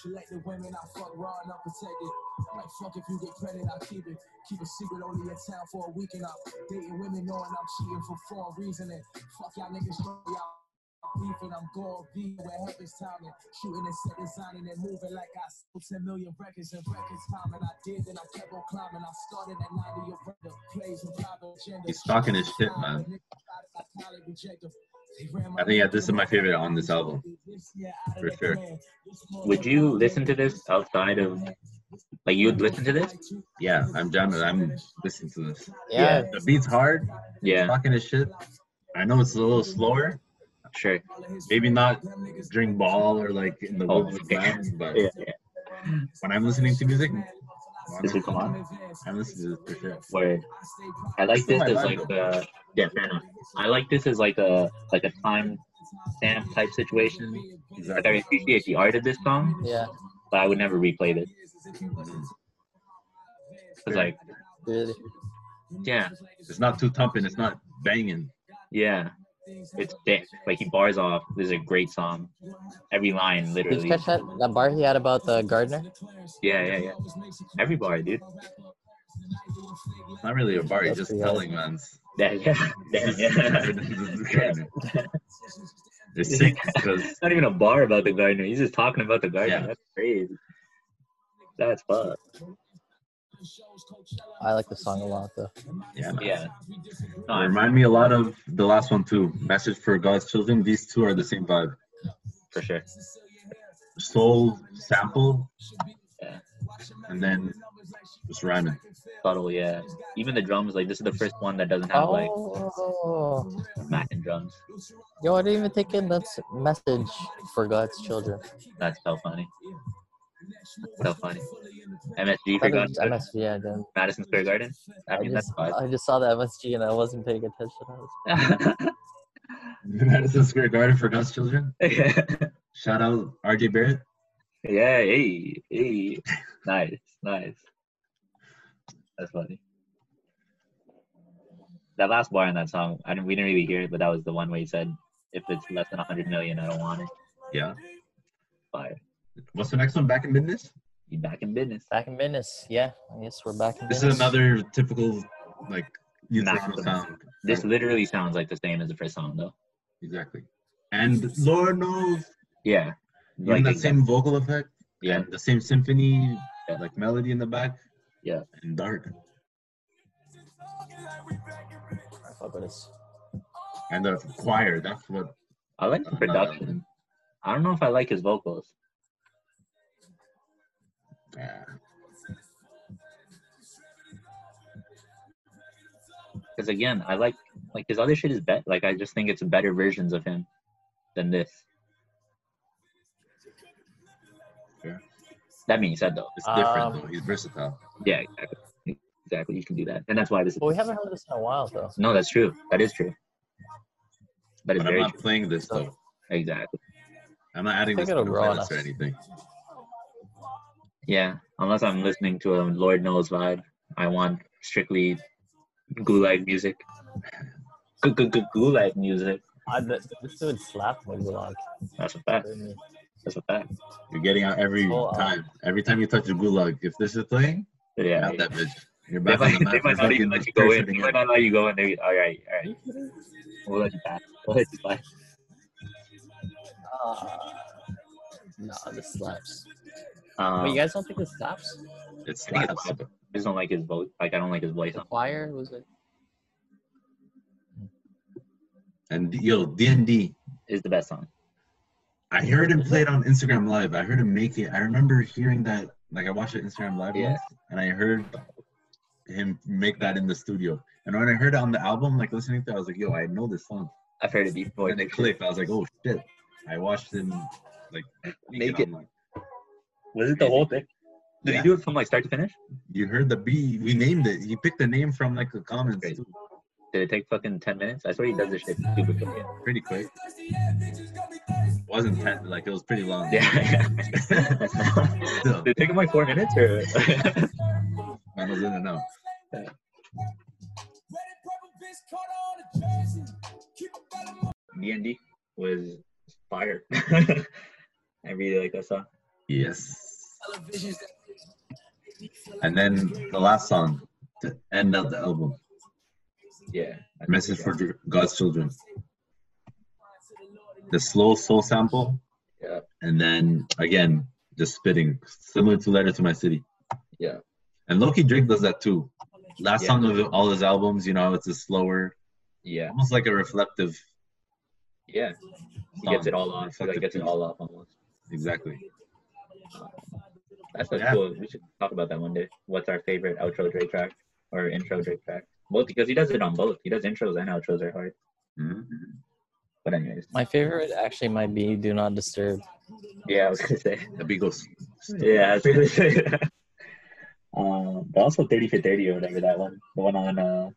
Speaker 4: She like the women I fuck raw and unprotected. Like fuck if you get pregnant, I keep it. Keep a secret only in town for a week and I'm dating women knowing I'm cheating for foreign reason and fuck y'all niggas know y'all Leaving, I'm gonna be where heaven's timing. Shooting and set designing and moving like I sold 10 million records and records climbing. I did and I kept on climbing. I started at 90 of record plays and private agenda.
Speaker 1: He's talking his shit, man. I think yeah, this is my favorite on this album, for sure.
Speaker 2: Would you listen to this outside of like you'd listen to this?
Speaker 1: Yeah, I'm jamming. I'm listening to this.
Speaker 3: Yeah.
Speaker 1: The beat's hard.
Speaker 2: Yeah,
Speaker 1: Talking his shit. I know it's a little slower.
Speaker 2: sure.
Speaker 1: Maybe not during ball or like in the
Speaker 2: Oh,
Speaker 1: woods with
Speaker 2: okay.
Speaker 1: bands, but
Speaker 2: Yeah, yeah.
Speaker 1: when I'm listening to music,
Speaker 2: This will come on.
Speaker 1: I'm listening to this for sure.
Speaker 2: Word. I like this
Speaker 1: Oh, I
Speaker 2: as
Speaker 1: like
Speaker 2: like the yeah, fair enough. I like this as like a like a time stamp type situation. Like I
Speaker 1: Exactly.
Speaker 2: appreciate the art of this song,
Speaker 3: Yeah.
Speaker 2: but I would never replay this. Cause like
Speaker 3: Good.
Speaker 2: yeah,
Speaker 1: It's not too thumping. It's not banging.
Speaker 2: yeah, it's thick. Like he bars off. This is a great song. Every line,
Speaker 3: Did you
Speaker 2: literally.
Speaker 3: catch that, that bar he had about the gardener?
Speaker 2: Yeah, yeah, yeah. Every bar, dude.
Speaker 1: It's not really a bar. It's
Speaker 3: That's
Speaker 1: just
Speaker 3: the
Speaker 1: telling,
Speaker 3: guy.
Speaker 1: man.
Speaker 2: Yeah, [laughs] yeah, yeah. yeah.
Speaker 3: [laughs]
Speaker 1: It's sick because
Speaker 2: It's not even a bar about the gardener. He's just talking about the gardener.
Speaker 1: Yeah.
Speaker 2: That's crazy. That's fuck.
Speaker 3: I like the song a lot though.
Speaker 1: yeah, man.
Speaker 2: Yeah.
Speaker 1: No, it remind me a lot of the last one too. Message for God's children. These two are the same vibe.
Speaker 2: for sure.
Speaker 1: Soul sample,
Speaker 2: Yeah.
Speaker 1: and then just rhyming.
Speaker 2: Subtle, yeah. Even the drums, like this is the first one that doesn't have like
Speaker 3: Oh,
Speaker 2: smacking drums.
Speaker 3: yo, I didn't even take in that message for God's children.
Speaker 2: That's so funny. So funny. MSG
Speaker 3: I
Speaker 2: for
Speaker 3: didn't,
Speaker 2: God's Children,
Speaker 3: MSG, yeah, I didn't.
Speaker 2: Madison Square Garden. I
Speaker 3: I
Speaker 2: mean, that's
Speaker 3: just,
Speaker 2: fine.
Speaker 3: I just saw the MSG and I wasn't paying attention. I was,
Speaker 1: Madison Square Garden for God's children.
Speaker 2: [laughs] yeah,
Speaker 1: Shout out RJ Barrett.
Speaker 2: hey, hey. Nice, nice. That's funny. That last bar in that song, I didn't, we didn't really hear it, but that was the one where he said, if it's less than 100 million, I don't want it.
Speaker 1: Yeah.
Speaker 2: Fire.
Speaker 1: What's the next one? Back in business.
Speaker 2: You back in business.
Speaker 3: back in business, yeah. Yes, we're back in
Speaker 1: This
Speaker 3: business.
Speaker 1: is another typical like youth
Speaker 2: Nah.
Speaker 1: Toronto sound.
Speaker 2: This literally sounds like the same as the first song, though.
Speaker 1: exactly. And Lord knows,
Speaker 2: Yeah.
Speaker 1: even that same vocal effect.
Speaker 2: Yeah.
Speaker 1: and the same symphony, uh,
Speaker 2: Yeah.
Speaker 1: like melody in the back.
Speaker 2: Yeah.
Speaker 1: And dark.
Speaker 3: I fuck with this.
Speaker 1: And the choir. That's what. uh,
Speaker 2: I like the production. I don't know if I like his vocals.
Speaker 1: Yeah.
Speaker 2: Because again, I like like his other shit is bet. Like I just think it's better versions of him than this.
Speaker 1: Sure.
Speaker 2: That being said, though,
Speaker 1: It's different
Speaker 3: Um,
Speaker 1: though. He's versatile.
Speaker 2: yeah, exactly, exactly, you can do that, and that's why this. Is,
Speaker 3: Well, we haven't heard this in a while though.
Speaker 2: no, that's true. That is true. That is
Speaker 1: But I'm
Speaker 2: very
Speaker 1: not
Speaker 2: true.
Speaker 1: playing this though.
Speaker 2: Exactly.
Speaker 1: I'm not adding
Speaker 3: think
Speaker 1: this to the
Speaker 3: it'll grow on
Speaker 1: playlist or
Speaker 3: us.
Speaker 1: anything.
Speaker 2: Yeah, unless I'm listening to a Lord knows vibe, I want strictly gulag music. Gulag music.
Speaker 3: I, th- this dude slapped me like.
Speaker 2: That's a fact. That's a fact.
Speaker 1: You're getting out every
Speaker 3: Well, uh,
Speaker 1: time. Every time you touch a gulag, if this is playing,
Speaker 2: But
Speaker 1: yeah.
Speaker 2: yeah.
Speaker 1: out that bitch. You're
Speaker 2: They
Speaker 1: back on
Speaker 2: might,
Speaker 1: the
Speaker 2: they
Speaker 1: map. You're
Speaker 2: might not even
Speaker 1: fucking
Speaker 2: let you go in. They
Speaker 1: parachuting
Speaker 2: might
Speaker 1: out.
Speaker 2: not let you go in. They, all right, all right. We'll let you pass. [laughs] We'll let you pass.
Speaker 3: Uh, no, this slaps.
Speaker 2: Um,
Speaker 3: Wait, you guys don't think this slaps?
Speaker 1: It
Speaker 2: I think it's
Speaker 1: slaps.
Speaker 2: I just don't like his vote. Like I don't like his voice.
Speaker 3: The choir was it?
Speaker 1: And yo, DND.
Speaker 2: Is the best song.
Speaker 1: I heard him play it on Instagram Live. I heard him make it. I remember hearing that. Like I watched it Instagram Live
Speaker 2: Yeah.
Speaker 1: once, and I heard him make that in the studio. And when I heard it on the album, like listening to, it, I was like, "Yo, I know this song."
Speaker 2: I've heard it before.
Speaker 1: And it clicked. I was like, "Oh shit!" I watched him like
Speaker 2: Make it.
Speaker 1: I'm like,
Speaker 2: Was it the whole thing? Did
Speaker 1: Yeah.
Speaker 2: he do it from like start to finish?
Speaker 1: you heard the B. We named it. He picked the name from like the comments.
Speaker 2: Great.
Speaker 1: Too.
Speaker 2: Did it take fucking ten minutes? I swear he does this shit super [laughs] quick.
Speaker 1: Pretty quick. Wasn't ten, like it was pretty long.
Speaker 2: Yeah. [laughs]
Speaker 1: Still,
Speaker 2: Did it take him like four minutes or? [laughs]
Speaker 1: man was in and out.
Speaker 2: D and D was fire. [laughs] I really like that song.
Speaker 1: Yes. And then the last song to end out the album,
Speaker 2: Yeah.
Speaker 1: Message for God's Children. the slow soul sample.
Speaker 2: Yeah.
Speaker 1: And then again, just spitting, similar to Letter to My City.
Speaker 2: Yeah.
Speaker 1: And Loki Drake does that too. Last
Speaker 2: Yeah.
Speaker 1: song of all his albums, you know, it's a slower,
Speaker 2: Yeah.
Speaker 1: almost like a reflective.
Speaker 2: Yeah. He
Speaker 1: Song.
Speaker 2: gets it all off. Like
Speaker 1: Reflective
Speaker 2: gets it
Speaker 1: piece.
Speaker 2: all off almost.
Speaker 1: Exactly.
Speaker 2: That's what's
Speaker 1: Yeah.
Speaker 2: cool. We should talk about that one day. What's our favorite outro Drake track or intro Drake track? Both because he does it on both. He does intros and outros are hard.
Speaker 1: Mhm.
Speaker 2: Mm-hmm. But anyways.
Speaker 3: My favorite actually might be "Do Not Disturb."
Speaker 2: Yeah, I was gonna say.
Speaker 1: The Beagles.
Speaker 2: Yeah, I was gonna say. that. [laughs] Um, but also 30 for 30 or whatever that one, the one on uh,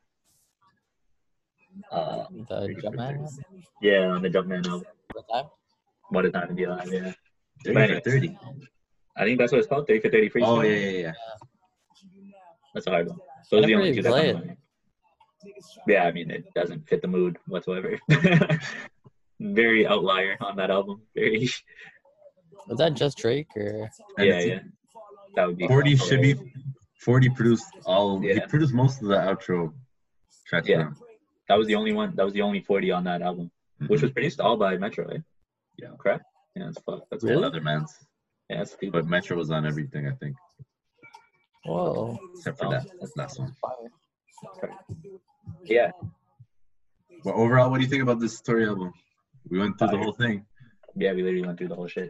Speaker 2: uh,
Speaker 3: The Jumpman one.
Speaker 2: yeah, on the Jumpman album.
Speaker 3: What time?
Speaker 2: What a time to be alive! Yeah,
Speaker 1: 30 for 30.
Speaker 2: I think that's what it's called. 30 for 30 free.
Speaker 1: Oh, yeah, yeah, yeah.
Speaker 2: that's a hard one. Those are the
Speaker 3: Whenever
Speaker 2: only
Speaker 3: you
Speaker 2: two that
Speaker 3: play
Speaker 2: come to mind. Yeah, I mean it doesn't fit the mood whatsoever. [laughs] Very outlier on that album. Very.
Speaker 3: Was that just Drake or?
Speaker 1: And
Speaker 2: Yeah,
Speaker 1: it's-
Speaker 2: yeah. That would be
Speaker 1: 40 should be 40 produced all he
Speaker 2: Yeah.
Speaker 1: produced most of the outro tracks
Speaker 2: Yeah.
Speaker 1: now.
Speaker 2: That was the only one. That was the only 40 on that album, which was produced all by Metro. Right?
Speaker 1: Yeah.
Speaker 2: Correct. Yeah, that's fuck. That's
Speaker 1: Mhm.
Speaker 2: wild.
Speaker 1: other man's
Speaker 2: Yeah, that's stupid.
Speaker 1: but Metro was on everything I think
Speaker 3: Whoa.
Speaker 1: except for
Speaker 2: Oh.
Speaker 1: that that last one
Speaker 2: Yeah,
Speaker 1: but overall what do you think about this story album we went through the
Speaker 2: Fire.
Speaker 1: whole thing
Speaker 2: yeah, we literally went through the whole shit.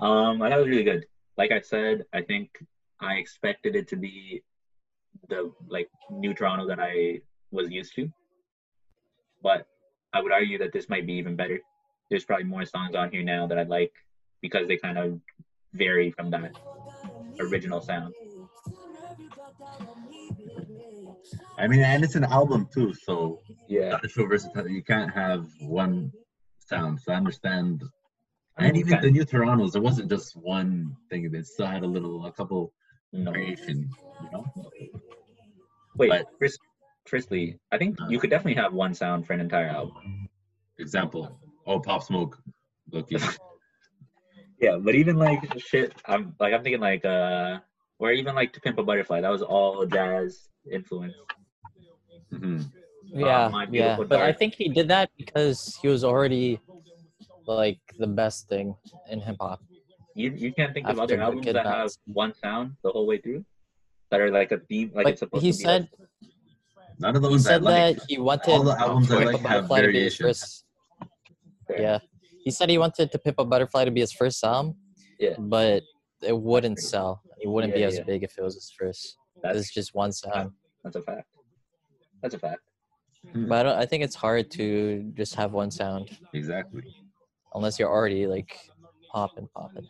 Speaker 2: Um, that was really good. Like I said, I think I expected it to be the like new Toronto that I was used to, but I would argue that this might be even better. There's probably more songs on here now that I like because they kind of vary from that original sound.
Speaker 1: I mean and it's an album too so
Speaker 2: Yeah,
Speaker 1: gotta show versatility you can't have one sound so I understand
Speaker 2: I
Speaker 1: and
Speaker 2: mean,
Speaker 1: even
Speaker 2: that-
Speaker 1: the new Toronto's there wasn't just one thing they still had a little a couple
Speaker 2: no.
Speaker 1: variation you know
Speaker 2: Wait,
Speaker 1: but-
Speaker 2: Chris, Chrisley, I think
Speaker 3: Uh-huh.
Speaker 2: you could definitely have one sound for an entire album.
Speaker 1: example oh Pop Smoke Loki
Speaker 2: [laughs] Yeah, but even like shit, I'm like I'm thinking like uh, or even like To Pimp a Butterfly, that was all jazz influence.
Speaker 1: hmm
Speaker 3: Yeah,
Speaker 2: My
Speaker 3: yeah.
Speaker 2: Beautiful
Speaker 3: But I
Speaker 2: Dark.
Speaker 3: think he did that because he was already like the best thing in hip hop.
Speaker 2: You you can't think of
Speaker 3: After
Speaker 2: other
Speaker 3: the
Speaker 2: albums that have
Speaker 3: Kidnaps.
Speaker 2: one sound the whole way through, that are like a theme, like,
Speaker 3: Like
Speaker 2: it's supposed
Speaker 3: he
Speaker 2: to be.
Speaker 3: said,
Speaker 1: none of the
Speaker 3: he
Speaker 1: ones I
Speaker 3: said
Speaker 1: like
Speaker 3: that he wanted
Speaker 1: all the albums I
Speaker 3: Pimp a
Speaker 1: like have
Speaker 3: Butterfly to be his
Speaker 1: variations
Speaker 3: first.
Speaker 2: Fair.
Speaker 3: Yeah, he said he wanted to Pimp a Butterfly to be his first album.
Speaker 2: Yeah.
Speaker 3: but it wouldn't sell. It wouldn't be
Speaker 2: Yeah,
Speaker 3: as
Speaker 2: yeah.
Speaker 3: big if it was his first.
Speaker 2: that's
Speaker 3: It's just one sound.
Speaker 2: that's a fact. That's a fact.
Speaker 3: But I, don't, I think it's hard to just have one sound
Speaker 1: exactly
Speaker 3: unless you're already like popping, popping.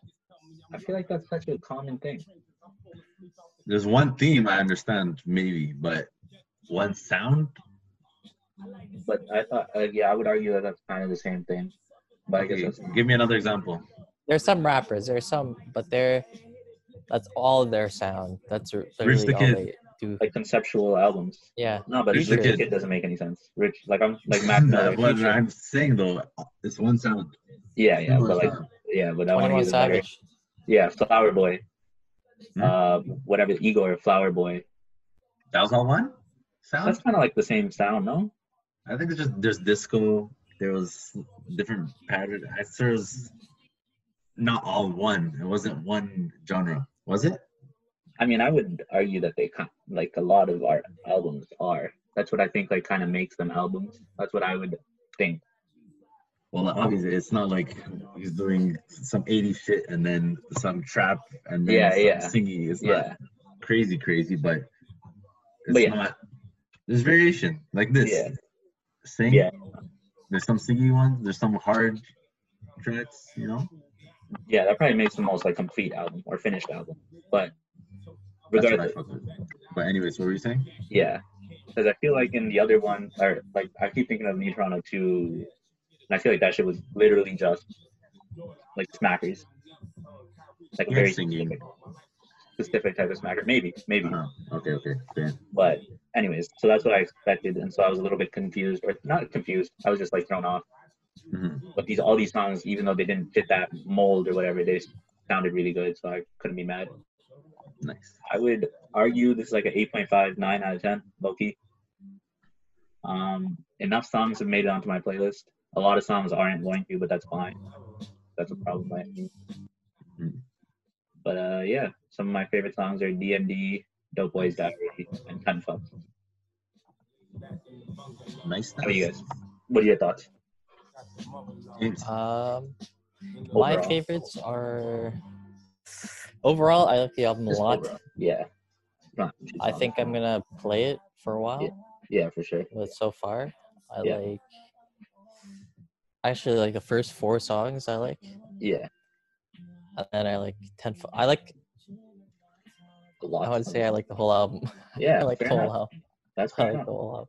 Speaker 2: I feel like that's such a common thing.
Speaker 1: there's one theme I understand maybe, but one sound.
Speaker 2: But I thought, uh, yeah, I would argue that that's kind of the same thing. But I guess
Speaker 1: Okay,
Speaker 2: that's
Speaker 1: give me another example.
Speaker 3: There's some rappers. There's some, but they're that's all their sound. That's r-
Speaker 1: the
Speaker 3: literally all
Speaker 1: Kid.
Speaker 3: they do.
Speaker 2: like conceptual albums.
Speaker 3: Yeah,
Speaker 2: No, but
Speaker 1: Rich
Speaker 2: Rich
Speaker 1: the
Speaker 2: the
Speaker 1: Kid.
Speaker 2: Kid. doesn't make any sense. Rich, like I'm
Speaker 1: [laughs]
Speaker 2: like Mac Miller.
Speaker 1: What
Speaker 2: Future.
Speaker 1: I'm saying though, it's one sound.
Speaker 2: Yeah, yeah,
Speaker 1: One
Speaker 2: but like
Speaker 1: sound.
Speaker 2: yeah, but that
Speaker 3: Twenty
Speaker 2: one
Speaker 3: One
Speaker 2: is better.
Speaker 3: Savage.
Speaker 2: Yeah, Flower Boy.
Speaker 1: Hmm.
Speaker 2: Uh, whatever Igor Flower Boy.
Speaker 1: that was all one sound.
Speaker 2: That's kind of like the same sound, no?
Speaker 1: I think it's just there's disco. There was different pattern. I- There was not all one. It wasn't one genre, was it?
Speaker 2: I mean, I would argue that they kind like a lot of our albums are. That's what I think like kind of makes them albums. That's what I would think.
Speaker 1: Well, obviously, it's not like he's doing some 80s shit and then some trap and then
Speaker 2: Yeah,
Speaker 1: some
Speaker 2: yeah.
Speaker 1: singing. It's not
Speaker 2: Yeah,
Speaker 1: crazy, crazy, but it's
Speaker 2: But yeah.
Speaker 1: not. There's variation like this.
Speaker 2: Yeah.
Speaker 1: Sing.
Speaker 2: Yeah.
Speaker 1: There's some singing ones. There's some hard tracks. You know.
Speaker 2: yeah, that probably makes the most like complete album or finished album. But
Speaker 1: That's what I
Speaker 2: regardless,
Speaker 1: fuck with. But anyways, what were you saying?
Speaker 2: Yeah, because I feel like in the other one, or like I keep thinking of New Toronto too, and I feel like that shit was literally just like smackers, like a
Speaker 1: Yeah,
Speaker 2: very
Speaker 1: singing.
Speaker 2: specific, specific type of smacker. Maybe, maybe.
Speaker 1: Uh-huh. Okay, okay. Damn.
Speaker 2: But anyways, so that's what I expected, and so I was a little bit confused, or not confused. I was just like thrown off.
Speaker 1: Mhm.
Speaker 2: But these all these songs, even though they didn't fit that mold or whatever, they sounded really good, so I couldn't be mad.
Speaker 1: Nice.
Speaker 2: I would argue this is like an 8.5, 9 out of 10, Loki. Um, enough songs have made it onto my playlist. a lot of songs aren't going to, but that's fine. That's a problem by any means. But uh, yeah, some of my favorite songs are DMD, Dope Boys Diary, and Ten Fuck.
Speaker 1: Nice.
Speaker 2: How about you guys? What are your thoughts?
Speaker 1: James.
Speaker 3: Um, my
Speaker 2: Overall.
Speaker 3: favorites are overall. I like the album a
Speaker 2: Just
Speaker 3: lot.
Speaker 2: overall. Yeah. Not too
Speaker 3: I
Speaker 2: songs.
Speaker 3: think I'm gonna play it for a while.
Speaker 2: Yeah, for sure.
Speaker 3: But so far, I
Speaker 2: Yeah.
Speaker 3: like. Actually, like the first four songs I like,
Speaker 2: Yeah.
Speaker 3: and then I like ten. Fo- I like.
Speaker 2: A lot.
Speaker 3: I would say I like the whole album. [laughs]
Speaker 2: Yeah.
Speaker 3: I like the
Speaker 2: fair
Speaker 3: whole
Speaker 2: enough.
Speaker 3: album.
Speaker 2: That's
Speaker 3: I
Speaker 2: fair
Speaker 3: like
Speaker 2: enough.
Speaker 3: the whole album.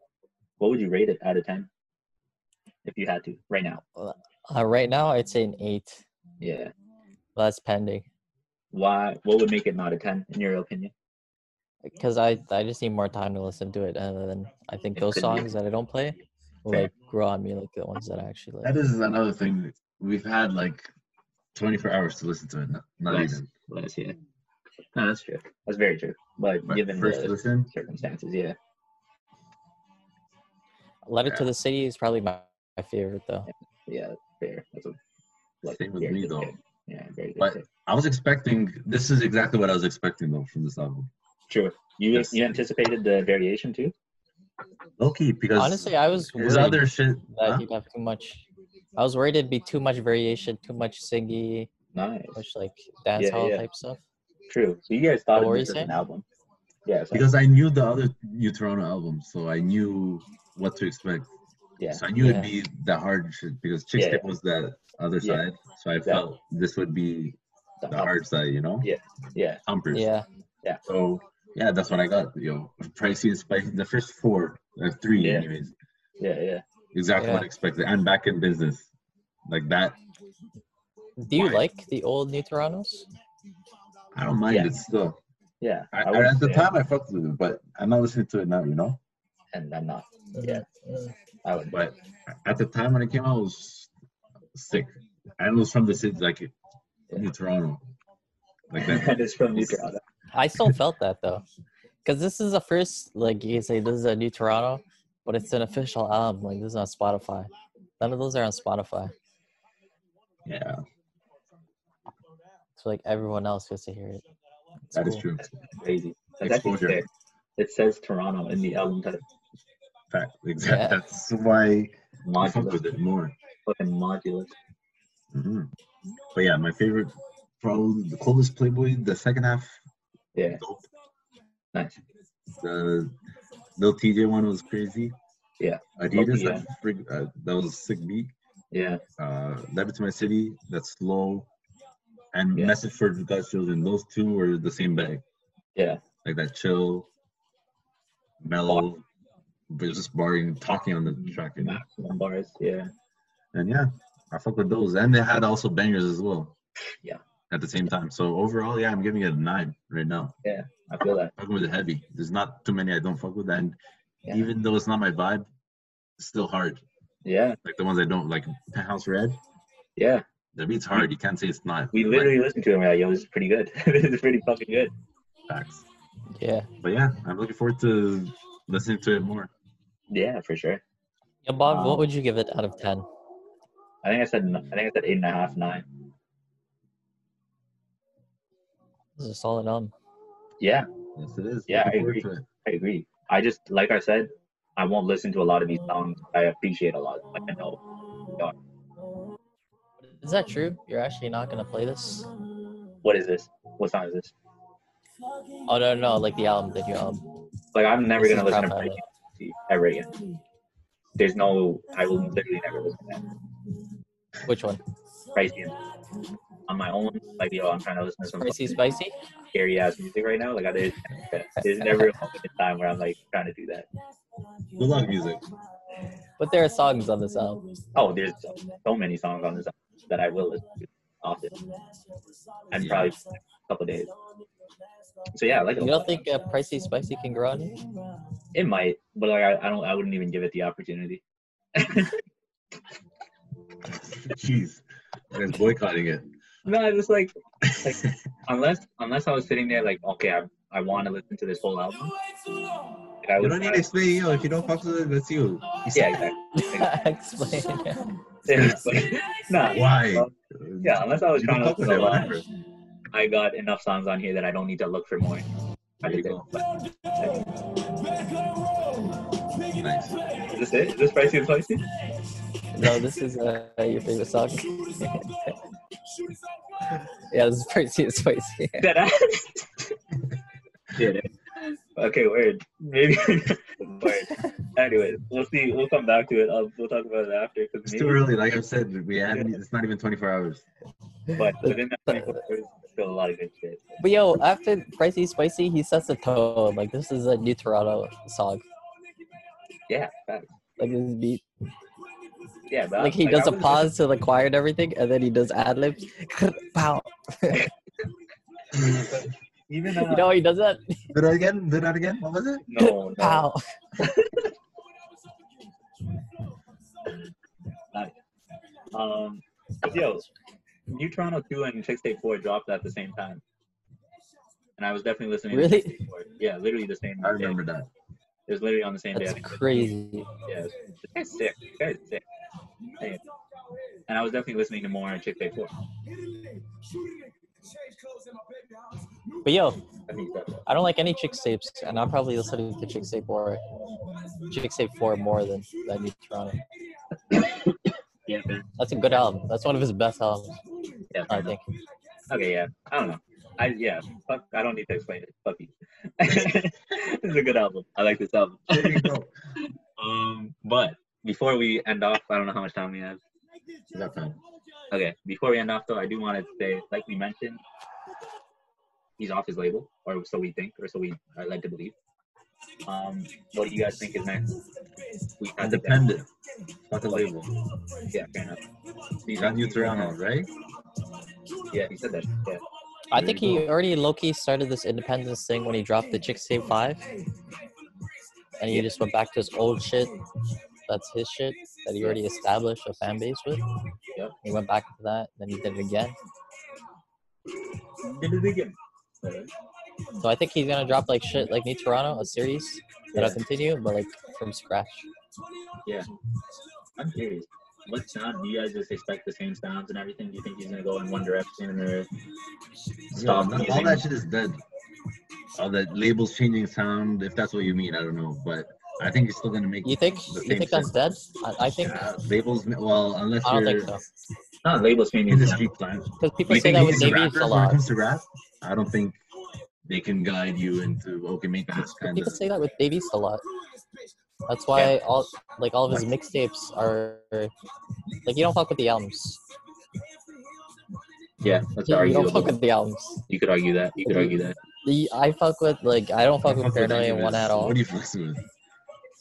Speaker 2: What would you rate it out of 10? If you had to, right now.
Speaker 3: Uh, right now, I'd say an eight.
Speaker 2: Yeah.
Speaker 3: but That's pending
Speaker 2: Why? What would make it not a 10 in your opinion?
Speaker 3: because I I just need more time to listen to it, and then I think
Speaker 2: It
Speaker 3: those
Speaker 2: could be.
Speaker 3: songs that I don't play will
Speaker 2: Fair.
Speaker 3: like grow on me, like the ones that I actually like.
Speaker 1: That is another thing. We've had like 24 hours to listen to it. Not, not
Speaker 2: Nice.
Speaker 1: even.
Speaker 2: Less, yeah. No, that's true. That's very true. But,
Speaker 1: But
Speaker 2: given
Speaker 1: first
Speaker 2: the
Speaker 1: listen,
Speaker 2: circumstances, yeah.
Speaker 3: Letter to the City is probably my, my favorite though.
Speaker 2: Yeah, fair. That's a
Speaker 1: Same with
Speaker 2: very
Speaker 1: me,
Speaker 2: good
Speaker 1: though.
Speaker 2: pick. Yeah, very good.
Speaker 1: But-
Speaker 2: pick.
Speaker 1: I was expecting. This is exactly what I was expecting though from this album.
Speaker 2: True. You
Speaker 1: Yes.
Speaker 2: you anticipated the variation too?
Speaker 1: Low key because
Speaker 3: Honestly, I was
Speaker 1: his
Speaker 3: worried
Speaker 1: other shit.
Speaker 3: that
Speaker 1: huh?
Speaker 3: he'd have too much. I was worried it'd be too much variation, too much singy,
Speaker 2: Nice.
Speaker 3: much like dancehall
Speaker 2: yeah.
Speaker 3: type stuff.
Speaker 2: True. So you guys thought of
Speaker 3: What were
Speaker 2: this
Speaker 3: you
Speaker 2: as an
Speaker 3: saying?
Speaker 2: album? Yeah. So,
Speaker 1: Because I knew the other New Toronto album, so I knew what to expect.
Speaker 2: yeah.
Speaker 1: So I knew it'd be
Speaker 3: Yeah.
Speaker 1: the hard shit because Chick
Speaker 2: Yeah,
Speaker 1: Stick was the other
Speaker 2: Yeah.
Speaker 1: side. So I
Speaker 2: Yeah.
Speaker 1: felt this would be
Speaker 2: the
Speaker 1: the
Speaker 2: album.
Speaker 1: hard side, you know?
Speaker 2: Yeah. Yeah.
Speaker 1: Humpers.
Speaker 3: Yeah,
Speaker 1: So yeah, that's what I got. You know, pricey and spicy. The first four, uh, three,
Speaker 2: Yeah.
Speaker 1: anyways,
Speaker 2: Yeah. Yeah.
Speaker 1: exactly what I
Speaker 3: Yeah.
Speaker 1: expected. I'm back in business, like that.
Speaker 3: do you
Speaker 1: Why?
Speaker 3: like the old New Toronto's?
Speaker 1: I don't mind
Speaker 2: Yeah.
Speaker 1: it still.
Speaker 2: Yeah.
Speaker 1: I,
Speaker 2: would
Speaker 1: at the
Speaker 2: say-
Speaker 1: time, I fucked with it, but I'm not listening to it now. You know,
Speaker 2: and I'm not.
Speaker 3: Mm-hmm.
Speaker 2: Yeah. I [laughs] would.
Speaker 1: but at the time when it came out, it was sick. And it was from the city, like New Toronto,
Speaker 2: [laughs]
Speaker 1: like that.
Speaker 2: that is from New Toronto.
Speaker 3: I still felt that though, because this is the first like you can say this is a New Toronto, but it's an official album. Like this is on Spotify. None of those are on Spotify,
Speaker 1: yeah,
Speaker 3: so like everyone else gets to hear it. It's
Speaker 1: that is
Speaker 3: cool.
Speaker 1: true.
Speaker 2: Crazy. That's
Speaker 1: Exposure.
Speaker 2: actually fair. It says Toronto in the album title.
Speaker 1: Fact. Exactly.
Speaker 3: Yeah.
Speaker 1: That's why I fucked
Speaker 2: Modulus.
Speaker 1: with it more.
Speaker 2: Fucking modulus.
Speaker 1: hmm But yeah, my favorite, probably the coldest Playboy, the second half,
Speaker 2: Yeah.
Speaker 1: dope.
Speaker 2: Nice.
Speaker 1: The Lil TJ one was crazy.
Speaker 2: Yeah. Oh,
Speaker 1: Adidas,
Speaker 2: Yeah.
Speaker 1: that, frig- uh, that was a sick beat.
Speaker 2: Yeah.
Speaker 1: Uh, Letter to My City, that's slow. And
Speaker 2: Yeah.
Speaker 1: Message for God's Children, those two were the same bag.
Speaker 2: Yeah.
Speaker 1: Like that chill, mellow, but just barring, talking on the track. You know?
Speaker 2: Maximum bars. Yeah.
Speaker 1: And yeah, I fuck with those. And they had also bangers as well.
Speaker 2: Yeah.
Speaker 1: At the same time. So overall, yeah, I'm giving it a nine right now.
Speaker 2: I feel that.
Speaker 1: fucking with the heavy. There's not too many I don't fuck with, and
Speaker 2: Yeah.
Speaker 1: even though it's not my vibe, it's still hard.
Speaker 2: Yeah.
Speaker 1: Like the ones I don't like, Penthouse Red.
Speaker 2: Yeah.
Speaker 1: The beat's hard. You can't say it's not.
Speaker 2: We
Speaker 1: but
Speaker 2: literally listened to him. We're like, yo, this is pretty good. [laughs] this is pretty fucking good.
Speaker 1: facts.
Speaker 3: Yeah.
Speaker 1: But yeah, I'm looking forward to listening to it more.
Speaker 2: Yeah, for sure.
Speaker 3: Yeah, Bob,
Speaker 2: Um,
Speaker 3: what would you give it out of ten?
Speaker 2: I think I said n- I think I said eight and a half, nine.
Speaker 3: This is a solid album.
Speaker 2: Yeah,
Speaker 1: Yes, it is.
Speaker 2: Yeah,
Speaker 1: Looking
Speaker 2: I
Speaker 1: forward
Speaker 2: agree.
Speaker 1: to it.
Speaker 2: I agree. I just like I said, I won't listen to a lot of these songs. I appreciate a lot. Like I know.
Speaker 3: Is that true? You're actually not gonna play this?
Speaker 2: What is this? What song is this?
Speaker 3: Oh no, no, no, like the album, the new album.
Speaker 2: Like I'm never
Speaker 3: This
Speaker 2: gonna
Speaker 3: is
Speaker 2: listen to
Speaker 3: Propaganda.
Speaker 2: Breaking Sea ever again. There's no I will literally never listen to that.
Speaker 3: Which one?
Speaker 2: Pricey and on my own, like yo, I'm trying to listen to some
Speaker 3: Spicy, spicy.
Speaker 2: scary ass music right now. Like I there's, there's never a moment in time where I'm like trying to do that.
Speaker 1: Good luck, music. [laughs]
Speaker 3: But there are songs on this album.
Speaker 2: Oh, there's so many songs on this album that I will listen to often. And
Speaker 1: Yeah.
Speaker 2: probably a couple days. So yeah, I like it. a
Speaker 3: You
Speaker 2: lot.
Speaker 3: don't think uh, pricey, spicy can grow on you?
Speaker 2: It [laughs] might, but like I, I don't I wouldn't even give it the opportunity.
Speaker 1: Jeez, that is boycotting it.
Speaker 2: No, I just like
Speaker 1: [laughs]
Speaker 2: like unless unless I was sitting there like okay I I want to listen to this whole album. Like, I
Speaker 1: You
Speaker 2: would
Speaker 1: don't need to explain, yo. If you don't fuck with it, that's you.
Speaker 2: yeah exactly.
Speaker 3: [laughs] [laughs] Explain.
Speaker 2: Seriously. nah.
Speaker 1: Why?
Speaker 2: Well, yeah, unless I was
Speaker 1: You
Speaker 2: trying to
Speaker 1: don't fuck with it,
Speaker 2: listen to a lot,
Speaker 1: whatever.
Speaker 2: [laughs] I got enough songs on here that I don't need to look for more. I
Speaker 1: There you
Speaker 2: did
Speaker 1: go.
Speaker 2: it.
Speaker 1: Nice.
Speaker 2: Is this it? Is this Pricey and Spicy?
Speaker 3: No, this is uh, your favorite song. [laughs] yeah, this is pretty it's spicy.
Speaker 2: Dead ass.
Speaker 6: Did it.
Speaker 2: eh. Okay, weird. Maybe. [laughs] weird. Anyways, we'll see. We'll come back to it. I'll, we'll talk about it after.
Speaker 1: It's
Speaker 2: Because
Speaker 1: too
Speaker 2: maybe,
Speaker 1: early. Like I said, we haven't. It's not even 24
Speaker 2: [laughs]
Speaker 1: hours.
Speaker 2: but within that 24 hours, there's still a lot of good shit.
Speaker 3: But yo, after Pricey Spicy, he sets the tone. Like this is a new Toronto song.
Speaker 2: Yeah, facts.
Speaker 3: Like this beat.
Speaker 2: yeah. But
Speaker 3: Like he
Speaker 2: I-
Speaker 3: does
Speaker 2: I
Speaker 3: a
Speaker 2: was-
Speaker 3: pause to the choir and everything, and then he does ad libs. [laughs] Pow.
Speaker 2: Even uh,
Speaker 3: You know how he does that?
Speaker 1: Do that again. Do that again. What was it?
Speaker 2: no, no,
Speaker 3: [laughs] Pow.
Speaker 2: um, 'cause, yo, New Toronto Two and Chick State Four dropped at the same time, and I was definitely listening.
Speaker 3: Really?
Speaker 2: To Chick State 4. Yeah, literally the same.
Speaker 1: I
Speaker 2: day.
Speaker 1: remember that.
Speaker 2: It was literally on the same day. I
Speaker 3: That's
Speaker 2: think.
Speaker 3: crazy.
Speaker 2: Yeah, this guy's sick. This guy's sick. Hey. And I was definitely listening to more on Chick Fil Four.
Speaker 3: But yo,
Speaker 2: I think that-
Speaker 3: I don't like any chick tapes, and I'm probably listening to chick tape or chick tape four more than than New Toronto.
Speaker 6: Yeah, man.
Speaker 3: That's a good album. That's one of his best albums,
Speaker 6: Yeah,
Speaker 3: I think.
Speaker 2: Okay, yeah. I don't know. I yeah. Fuck. I don't need to explain it. Fuck you. [laughs] this is a good album. I like this album.
Speaker 1: There you [laughs] go.
Speaker 2: Um, but before we end off, I don't know how much time we have.
Speaker 1: We got time.
Speaker 2: Okay, before we end off though, I do want to say, like we mentioned, he's off his label, or so we think, or so we are led to believe. Um, what do you guys think is next? We have to guess.
Speaker 1: Independent. Fuck the label.
Speaker 2: Yeah, fair enough.
Speaker 1: You got New Toronto, right?
Speaker 2: Yeah, he said that. Yeah.
Speaker 3: I think he already low key started this independence thing when he dropped the Chick Tape 5. And he just went back to his old shit. That's his shit that he already established a fan base with.
Speaker 2: Yep.
Speaker 3: He went back to that, then he did it again.
Speaker 2: Did it again.
Speaker 3: So I think he's gonna drop like shit like New Toronto, a series that'll continue, but like from scratch.
Speaker 2: I'm curious. What sound do you guys just expect the same sounds and everything? Do you think he's gonna go in one direction or
Speaker 1: Yeah,
Speaker 2: stop
Speaker 1: no, all
Speaker 2: using-
Speaker 1: that shit is dead. All that labels changing sound, if that's what you mean, I don't know. But I think it's still gonna make
Speaker 3: You think
Speaker 1: the
Speaker 3: you
Speaker 1: same
Speaker 3: think that's
Speaker 1: shit.
Speaker 3: dead? I, I think
Speaker 1: Yeah, labels. ma- Well, unless
Speaker 3: I don't
Speaker 1: you're
Speaker 3: think so.
Speaker 2: not labels changing?
Speaker 1: industry plant.
Speaker 3: Because people
Speaker 1: You
Speaker 3: say
Speaker 1: think
Speaker 3: that with
Speaker 1: he's a
Speaker 3: Davies
Speaker 1: rapper
Speaker 3: a
Speaker 1: when it [laughs]
Speaker 3: lot.
Speaker 1: comes to rap? I don't think they can guide you into okay, make this kind
Speaker 3: People
Speaker 1: of.
Speaker 3: say that with Davies a lot. That's why all like all of his mixtapes are like you don't fuck with the albums.
Speaker 2: Yeah, that's
Speaker 3: You don't
Speaker 2: arguable.
Speaker 3: fuck with the albums.
Speaker 2: You could argue that. You could argue that.
Speaker 3: The, I fuck with like I don't fuck with
Speaker 1: Fuck with
Speaker 3: Paranoia
Speaker 1: Incubus.
Speaker 3: one at all.
Speaker 1: What do you fuck with?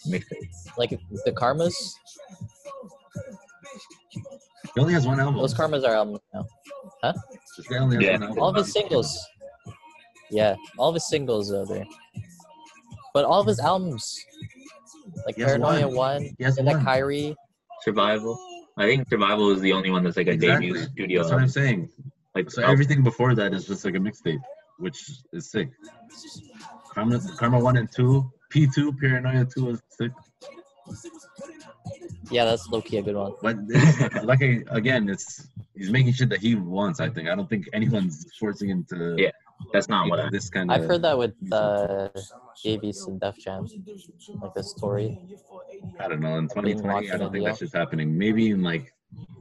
Speaker 2: Mixtape.
Speaker 3: Like the Karmas,
Speaker 1: He only has one album.
Speaker 3: those Karmas are albums now.
Speaker 1: This guy only has
Speaker 2: Yeah.
Speaker 1: one album.
Speaker 3: All of his singles. Yeah, all of his singles are there. But all of his albums, like
Speaker 1: He has
Speaker 3: Paranoia
Speaker 1: one.
Speaker 3: one,
Speaker 1: He has
Speaker 3: and that
Speaker 1: one.
Speaker 3: Kyrie.
Speaker 2: Survival. I think Survival is the only one that's like a
Speaker 1: Exactly.
Speaker 2: debut studio.
Speaker 1: That's what I'm saying.
Speaker 2: Like
Speaker 1: So
Speaker 2: oh,
Speaker 1: everything before that is just like a mixtape, which is sick. Karma, Karma one and two, P two, Paranoia two is sick.
Speaker 3: Yeah, that's low key a good one.
Speaker 2: [laughs]
Speaker 1: But it's, like I, again, it's he's making shit that he wants. I think I don't think anyone's forcing him to.
Speaker 2: Yeah, that's not
Speaker 1: make
Speaker 2: what I.
Speaker 1: this kind of.
Speaker 3: I've heard that with uh, Davies and Def Jam, like the story.
Speaker 1: I don't know. In
Speaker 3: I've been
Speaker 1: 2020, I
Speaker 3: watching
Speaker 1: don't think
Speaker 3: it,
Speaker 1: that shit's happening. Maybe in like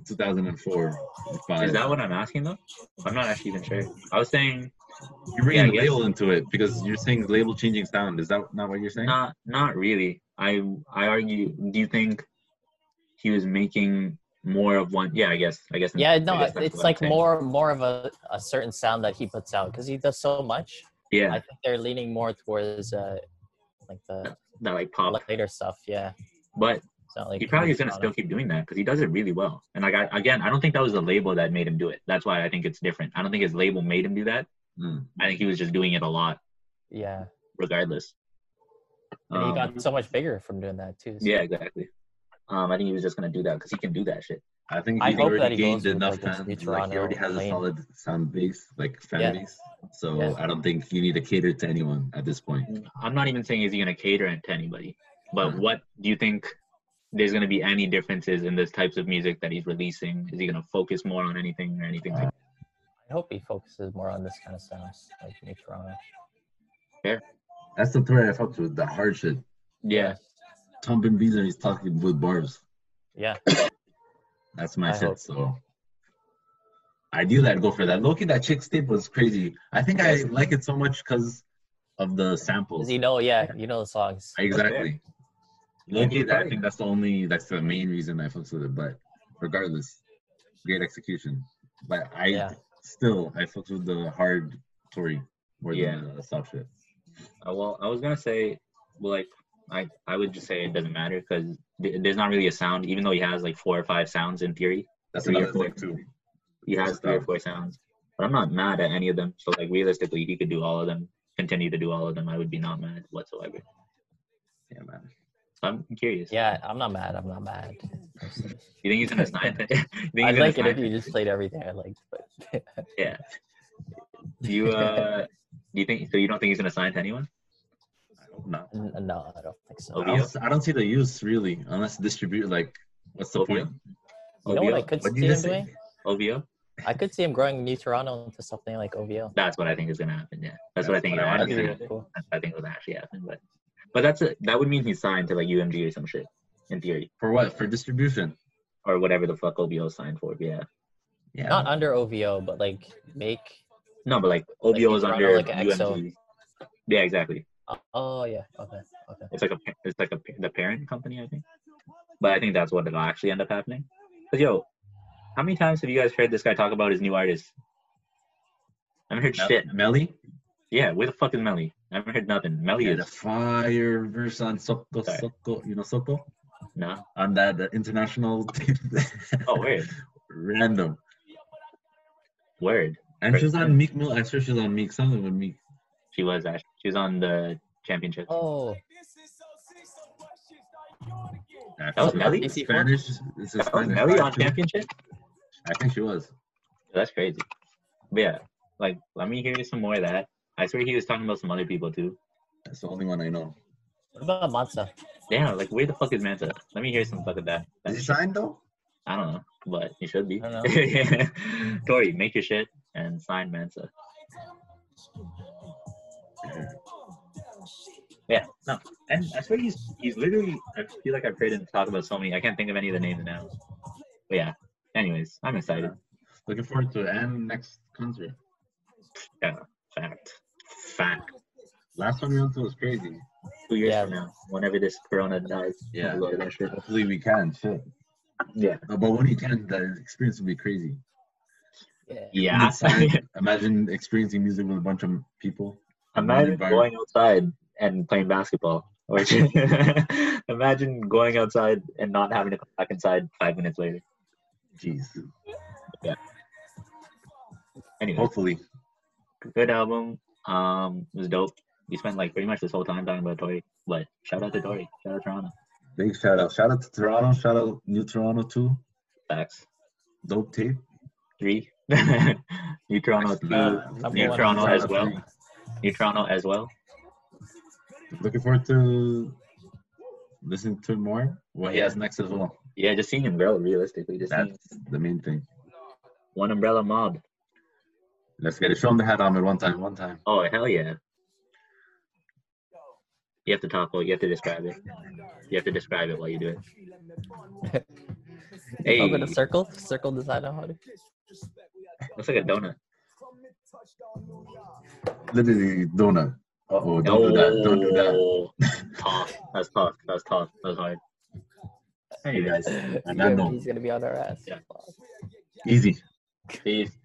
Speaker 1: 2004, five.
Speaker 2: Is that what I'm asking though? I'm not actually even sure. I was saying
Speaker 1: you're bringing
Speaker 2: Yeah, I
Speaker 1: the
Speaker 2: guess.
Speaker 1: label into it because you're saying label changing sound. Is that not what you're saying?
Speaker 2: Not not really. I I argue. Do you think he was making more of one? Yeah, I guess. I guess.
Speaker 3: Yeah,
Speaker 2: I
Speaker 3: no,
Speaker 2: guess that's
Speaker 3: it's
Speaker 2: what I'm
Speaker 3: like
Speaker 2: saying.
Speaker 3: more more of a, a certain sound that he puts out because he does so much.
Speaker 2: Yeah,
Speaker 3: I think they're leaning more towards uh, like the
Speaker 2: that like pop.
Speaker 3: later stuff. Yeah,
Speaker 2: But
Speaker 3: it's not like
Speaker 2: he probably is gonna
Speaker 3: Nirvana.
Speaker 2: still keep doing that because he does it really well. And like I, again, I don't think that was the label that made him do it. That's why I think it's different. I don't think his label made him do that.
Speaker 1: Mm.
Speaker 2: I think he was just doing it a lot,
Speaker 3: Yeah,
Speaker 2: regardless.
Speaker 3: and he
Speaker 2: Um,
Speaker 3: got so much bigger from doing that too. so-
Speaker 2: yeah, exactly. Um, I think he was just gonna do that because he can do that shit.
Speaker 1: I think
Speaker 3: I
Speaker 1: he's
Speaker 3: hope that
Speaker 1: already
Speaker 3: he
Speaker 1: gained
Speaker 3: goes with,
Speaker 1: enough
Speaker 3: like,
Speaker 1: fans.
Speaker 3: this new
Speaker 1: Like he already
Speaker 3: Toronto
Speaker 1: has a
Speaker 3: lane.
Speaker 1: solid sound base, like fan
Speaker 3: Yeah.
Speaker 1: base. So
Speaker 3: Yeah.
Speaker 1: I don't think you need to cater to anyone at this point.
Speaker 2: I'm not even saying is he gonna cater it to anybody, but
Speaker 1: Mhm.
Speaker 2: what do you think there's going to be any differences in the types of music that he's releasing. Is he going to focus more on anything or anything like
Speaker 3: I hope he focuses more on this kind of stuff, like Nick Toronto.
Speaker 1: That's the thread I fucked with, the hard shit.
Speaker 2: Yeah.
Speaker 1: Tom Ben Beezer, he's talking with barbs.
Speaker 3: Yeah.
Speaker 1: That's my
Speaker 3: I
Speaker 1: shit.
Speaker 3: hope.
Speaker 1: So ideally, I'd go for that. Loki, that chick tape was crazy. I think I like it so much because of the samples.
Speaker 3: Because you know, yeah, you know the songs.
Speaker 1: Exactly.
Speaker 2: Yeah,
Speaker 1: Loki,
Speaker 2: you're
Speaker 1: I
Speaker 2: right.
Speaker 1: think that's the only, that's the main reason I fucks with it. But regardless, great execution. But I
Speaker 3: Yeah.
Speaker 1: still, I fucks with the hard Tory more
Speaker 2: Yeah.
Speaker 1: than the soft shit.
Speaker 2: Uh, well, I was gonna say, well, like, I I would just say it doesn't matter because th- there's not really a sound, even though he has like four or five sounds in theory.
Speaker 1: That's
Speaker 2: Three or
Speaker 1: another thing,
Speaker 2: four.
Speaker 1: too.
Speaker 2: He has three or four sounds, but I'm not mad at any of them. So like, realistically, he could do all of them, continue to do all of them. I would be not mad whatsoever.
Speaker 1: Yeah, man.
Speaker 2: So I'm curious.
Speaker 3: Yeah, I'm not mad. I'm not mad.
Speaker 2: You think he's gonna sign? [laughs] you think he's
Speaker 3: I'd
Speaker 2: gonna
Speaker 3: like it if
Speaker 2: sign-
Speaker 3: you just played everything I liked, but
Speaker 2: Yeah. Do [laughs] you uh? Do you think so? You don't think he's gonna sign to anyone?
Speaker 1: I hope not.
Speaker 3: n- no, I don't think so.
Speaker 1: I don't, I don't see the use really, unless distribute. Like, what's the
Speaker 2: Opium?
Speaker 1: point?
Speaker 3: You know what I
Speaker 2: OVO?
Speaker 3: could
Speaker 1: What'd
Speaker 3: see
Speaker 1: you
Speaker 3: him
Speaker 1: just say?
Speaker 3: doing?
Speaker 2: OVO?
Speaker 3: I could see him growing New Toronto into something like OVO.
Speaker 2: That's what I think is gonna happen. Yeah, that's what I
Speaker 1: That's
Speaker 2: think.
Speaker 1: what I
Speaker 2: I
Speaker 1: wanna
Speaker 2: actually-
Speaker 1: see.
Speaker 3: Cool.
Speaker 2: That's- I think it would actually happen, but but that's it. That would mean he's signed to like UMG or some shit in theory,
Speaker 1: For what? For distribution?
Speaker 2: or whatever the fuck OBO signed for. Yeah,
Speaker 1: Yeah.
Speaker 3: Not under OVO, but like make.
Speaker 2: no, but like OBO
Speaker 3: Like,
Speaker 2: is
Speaker 3: he's run
Speaker 2: under
Speaker 3: like an EXO.
Speaker 2: UMG. Yeah, exactly.
Speaker 3: Oh yeah. Okay. Okay.
Speaker 2: It's like a pa- it's like a pa- the parent company, I think. But I think that's what it'll actually end up happening. But yo, how many times have you guys heard this guy talk about his new artist? I haven't heard
Speaker 1: Mel-
Speaker 2: shit.
Speaker 1: Melly?
Speaker 2: Yeah, where the fuck is Melly? I haven't heard nothing. Melly
Speaker 1: Yeah, the
Speaker 2: is
Speaker 1: fire verse on Soko
Speaker 2: Sorry.
Speaker 1: Soko, you know Soko?
Speaker 2: no.
Speaker 1: On that uh, international [laughs] team.
Speaker 2: Oh, word,
Speaker 1: Random.
Speaker 2: word.
Speaker 1: And she was on Meek Mill. I swear she was on Meek. Something with Meek.
Speaker 2: She was actually she was on the championship.
Speaker 3: Oh,
Speaker 1: That
Speaker 2: was Melly?
Speaker 1: Spanish. This is
Speaker 2: That was
Speaker 1: Spanish.
Speaker 2: Melly on
Speaker 1: I think-
Speaker 2: championship.
Speaker 1: I think she was.
Speaker 2: That's crazy. But yeah, like let me hear some more of that. I swear he was talking about some other people too.
Speaker 1: That's the only one I know.
Speaker 3: what about Mansa?
Speaker 2: Damn, like where the fuck is Manta? Let me hear some fuck of that.
Speaker 1: Is he signed though?
Speaker 2: I don't know, but he should be.
Speaker 3: I don't
Speaker 2: [laughs] Tori, make your shit and sign Manta. Yeah, no, and I swear he's he's literally. I feel like I've heard him talk about so many. I can't think of any of the names now. But yeah. Anyways, I'm excited.
Speaker 1: Looking forward to it. And next concert.
Speaker 2: Fact, fact.
Speaker 1: Last one we went to was crazy.
Speaker 2: Two years
Speaker 3: Yeah.
Speaker 2: from now, whenever this Corona dies,
Speaker 1: Yeah.
Speaker 2: we'll go to that shit.
Speaker 1: Hopefully we can. Shit.
Speaker 2: Yeah.
Speaker 1: Uh, But when you can, the experience will be crazy.
Speaker 3: Yeah.
Speaker 2: [laughs] Yeah.
Speaker 1: Inside, imagine experiencing music with a bunch of people. in one
Speaker 2: Imagine
Speaker 1: environment.
Speaker 2: going outside and playing basketball. Or [laughs] imagine going outside and not having to come back inside five minutes later.
Speaker 1: Jeez.
Speaker 2: Anyway,
Speaker 1: Hopefully.
Speaker 2: good album. Um, it was dope. We spent like pretty much this whole time talking about Tori, but shout out to Tori. Shout out to Toronto.
Speaker 1: Big shout out. Shout out to Toronto. Shout out New Toronto too.
Speaker 2: Facts.
Speaker 1: Dope tape.
Speaker 2: Three. [laughs] New Toronto two.
Speaker 1: Uh,
Speaker 2: New
Speaker 3: one.
Speaker 2: Toronto as
Speaker 1: Toronto
Speaker 2: well.
Speaker 1: three.
Speaker 2: New Toronto as well.
Speaker 1: Looking forward to listening to more. What he
Speaker 2: Yeah.
Speaker 1: has next as well.
Speaker 2: Yeah, just seeing Umbrella realistically. Just seeing
Speaker 1: That's the main thing.
Speaker 2: one Umbrella mob.
Speaker 1: Let's get it. Show him the hat on one time. One time.
Speaker 2: Oh hell yeah. You have to talk about you have to describe it. You have to describe it while you do it. [laughs] Hey,
Speaker 3: Over the
Speaker 2: looks
Speaker 3: circle, circle design on how to.
Speaker 2: like a donut.
Speaker 1: Literally donut. Uh oh. Don't do that. Don't do that. [laughs]
Speaker 2: that. Tough. That's tough. That's tough. That's hard.
Speaker 1: Hey guys.
Speaker 3: He's
Speaker 1: On that
Speaker 3: gonna, [laughs]
Speaker 1: note,
Speaker 3: he's gonna be on our ass.
Speaker 2: Yeah.
Speaker 1: easy.
Speaker 2: Peace.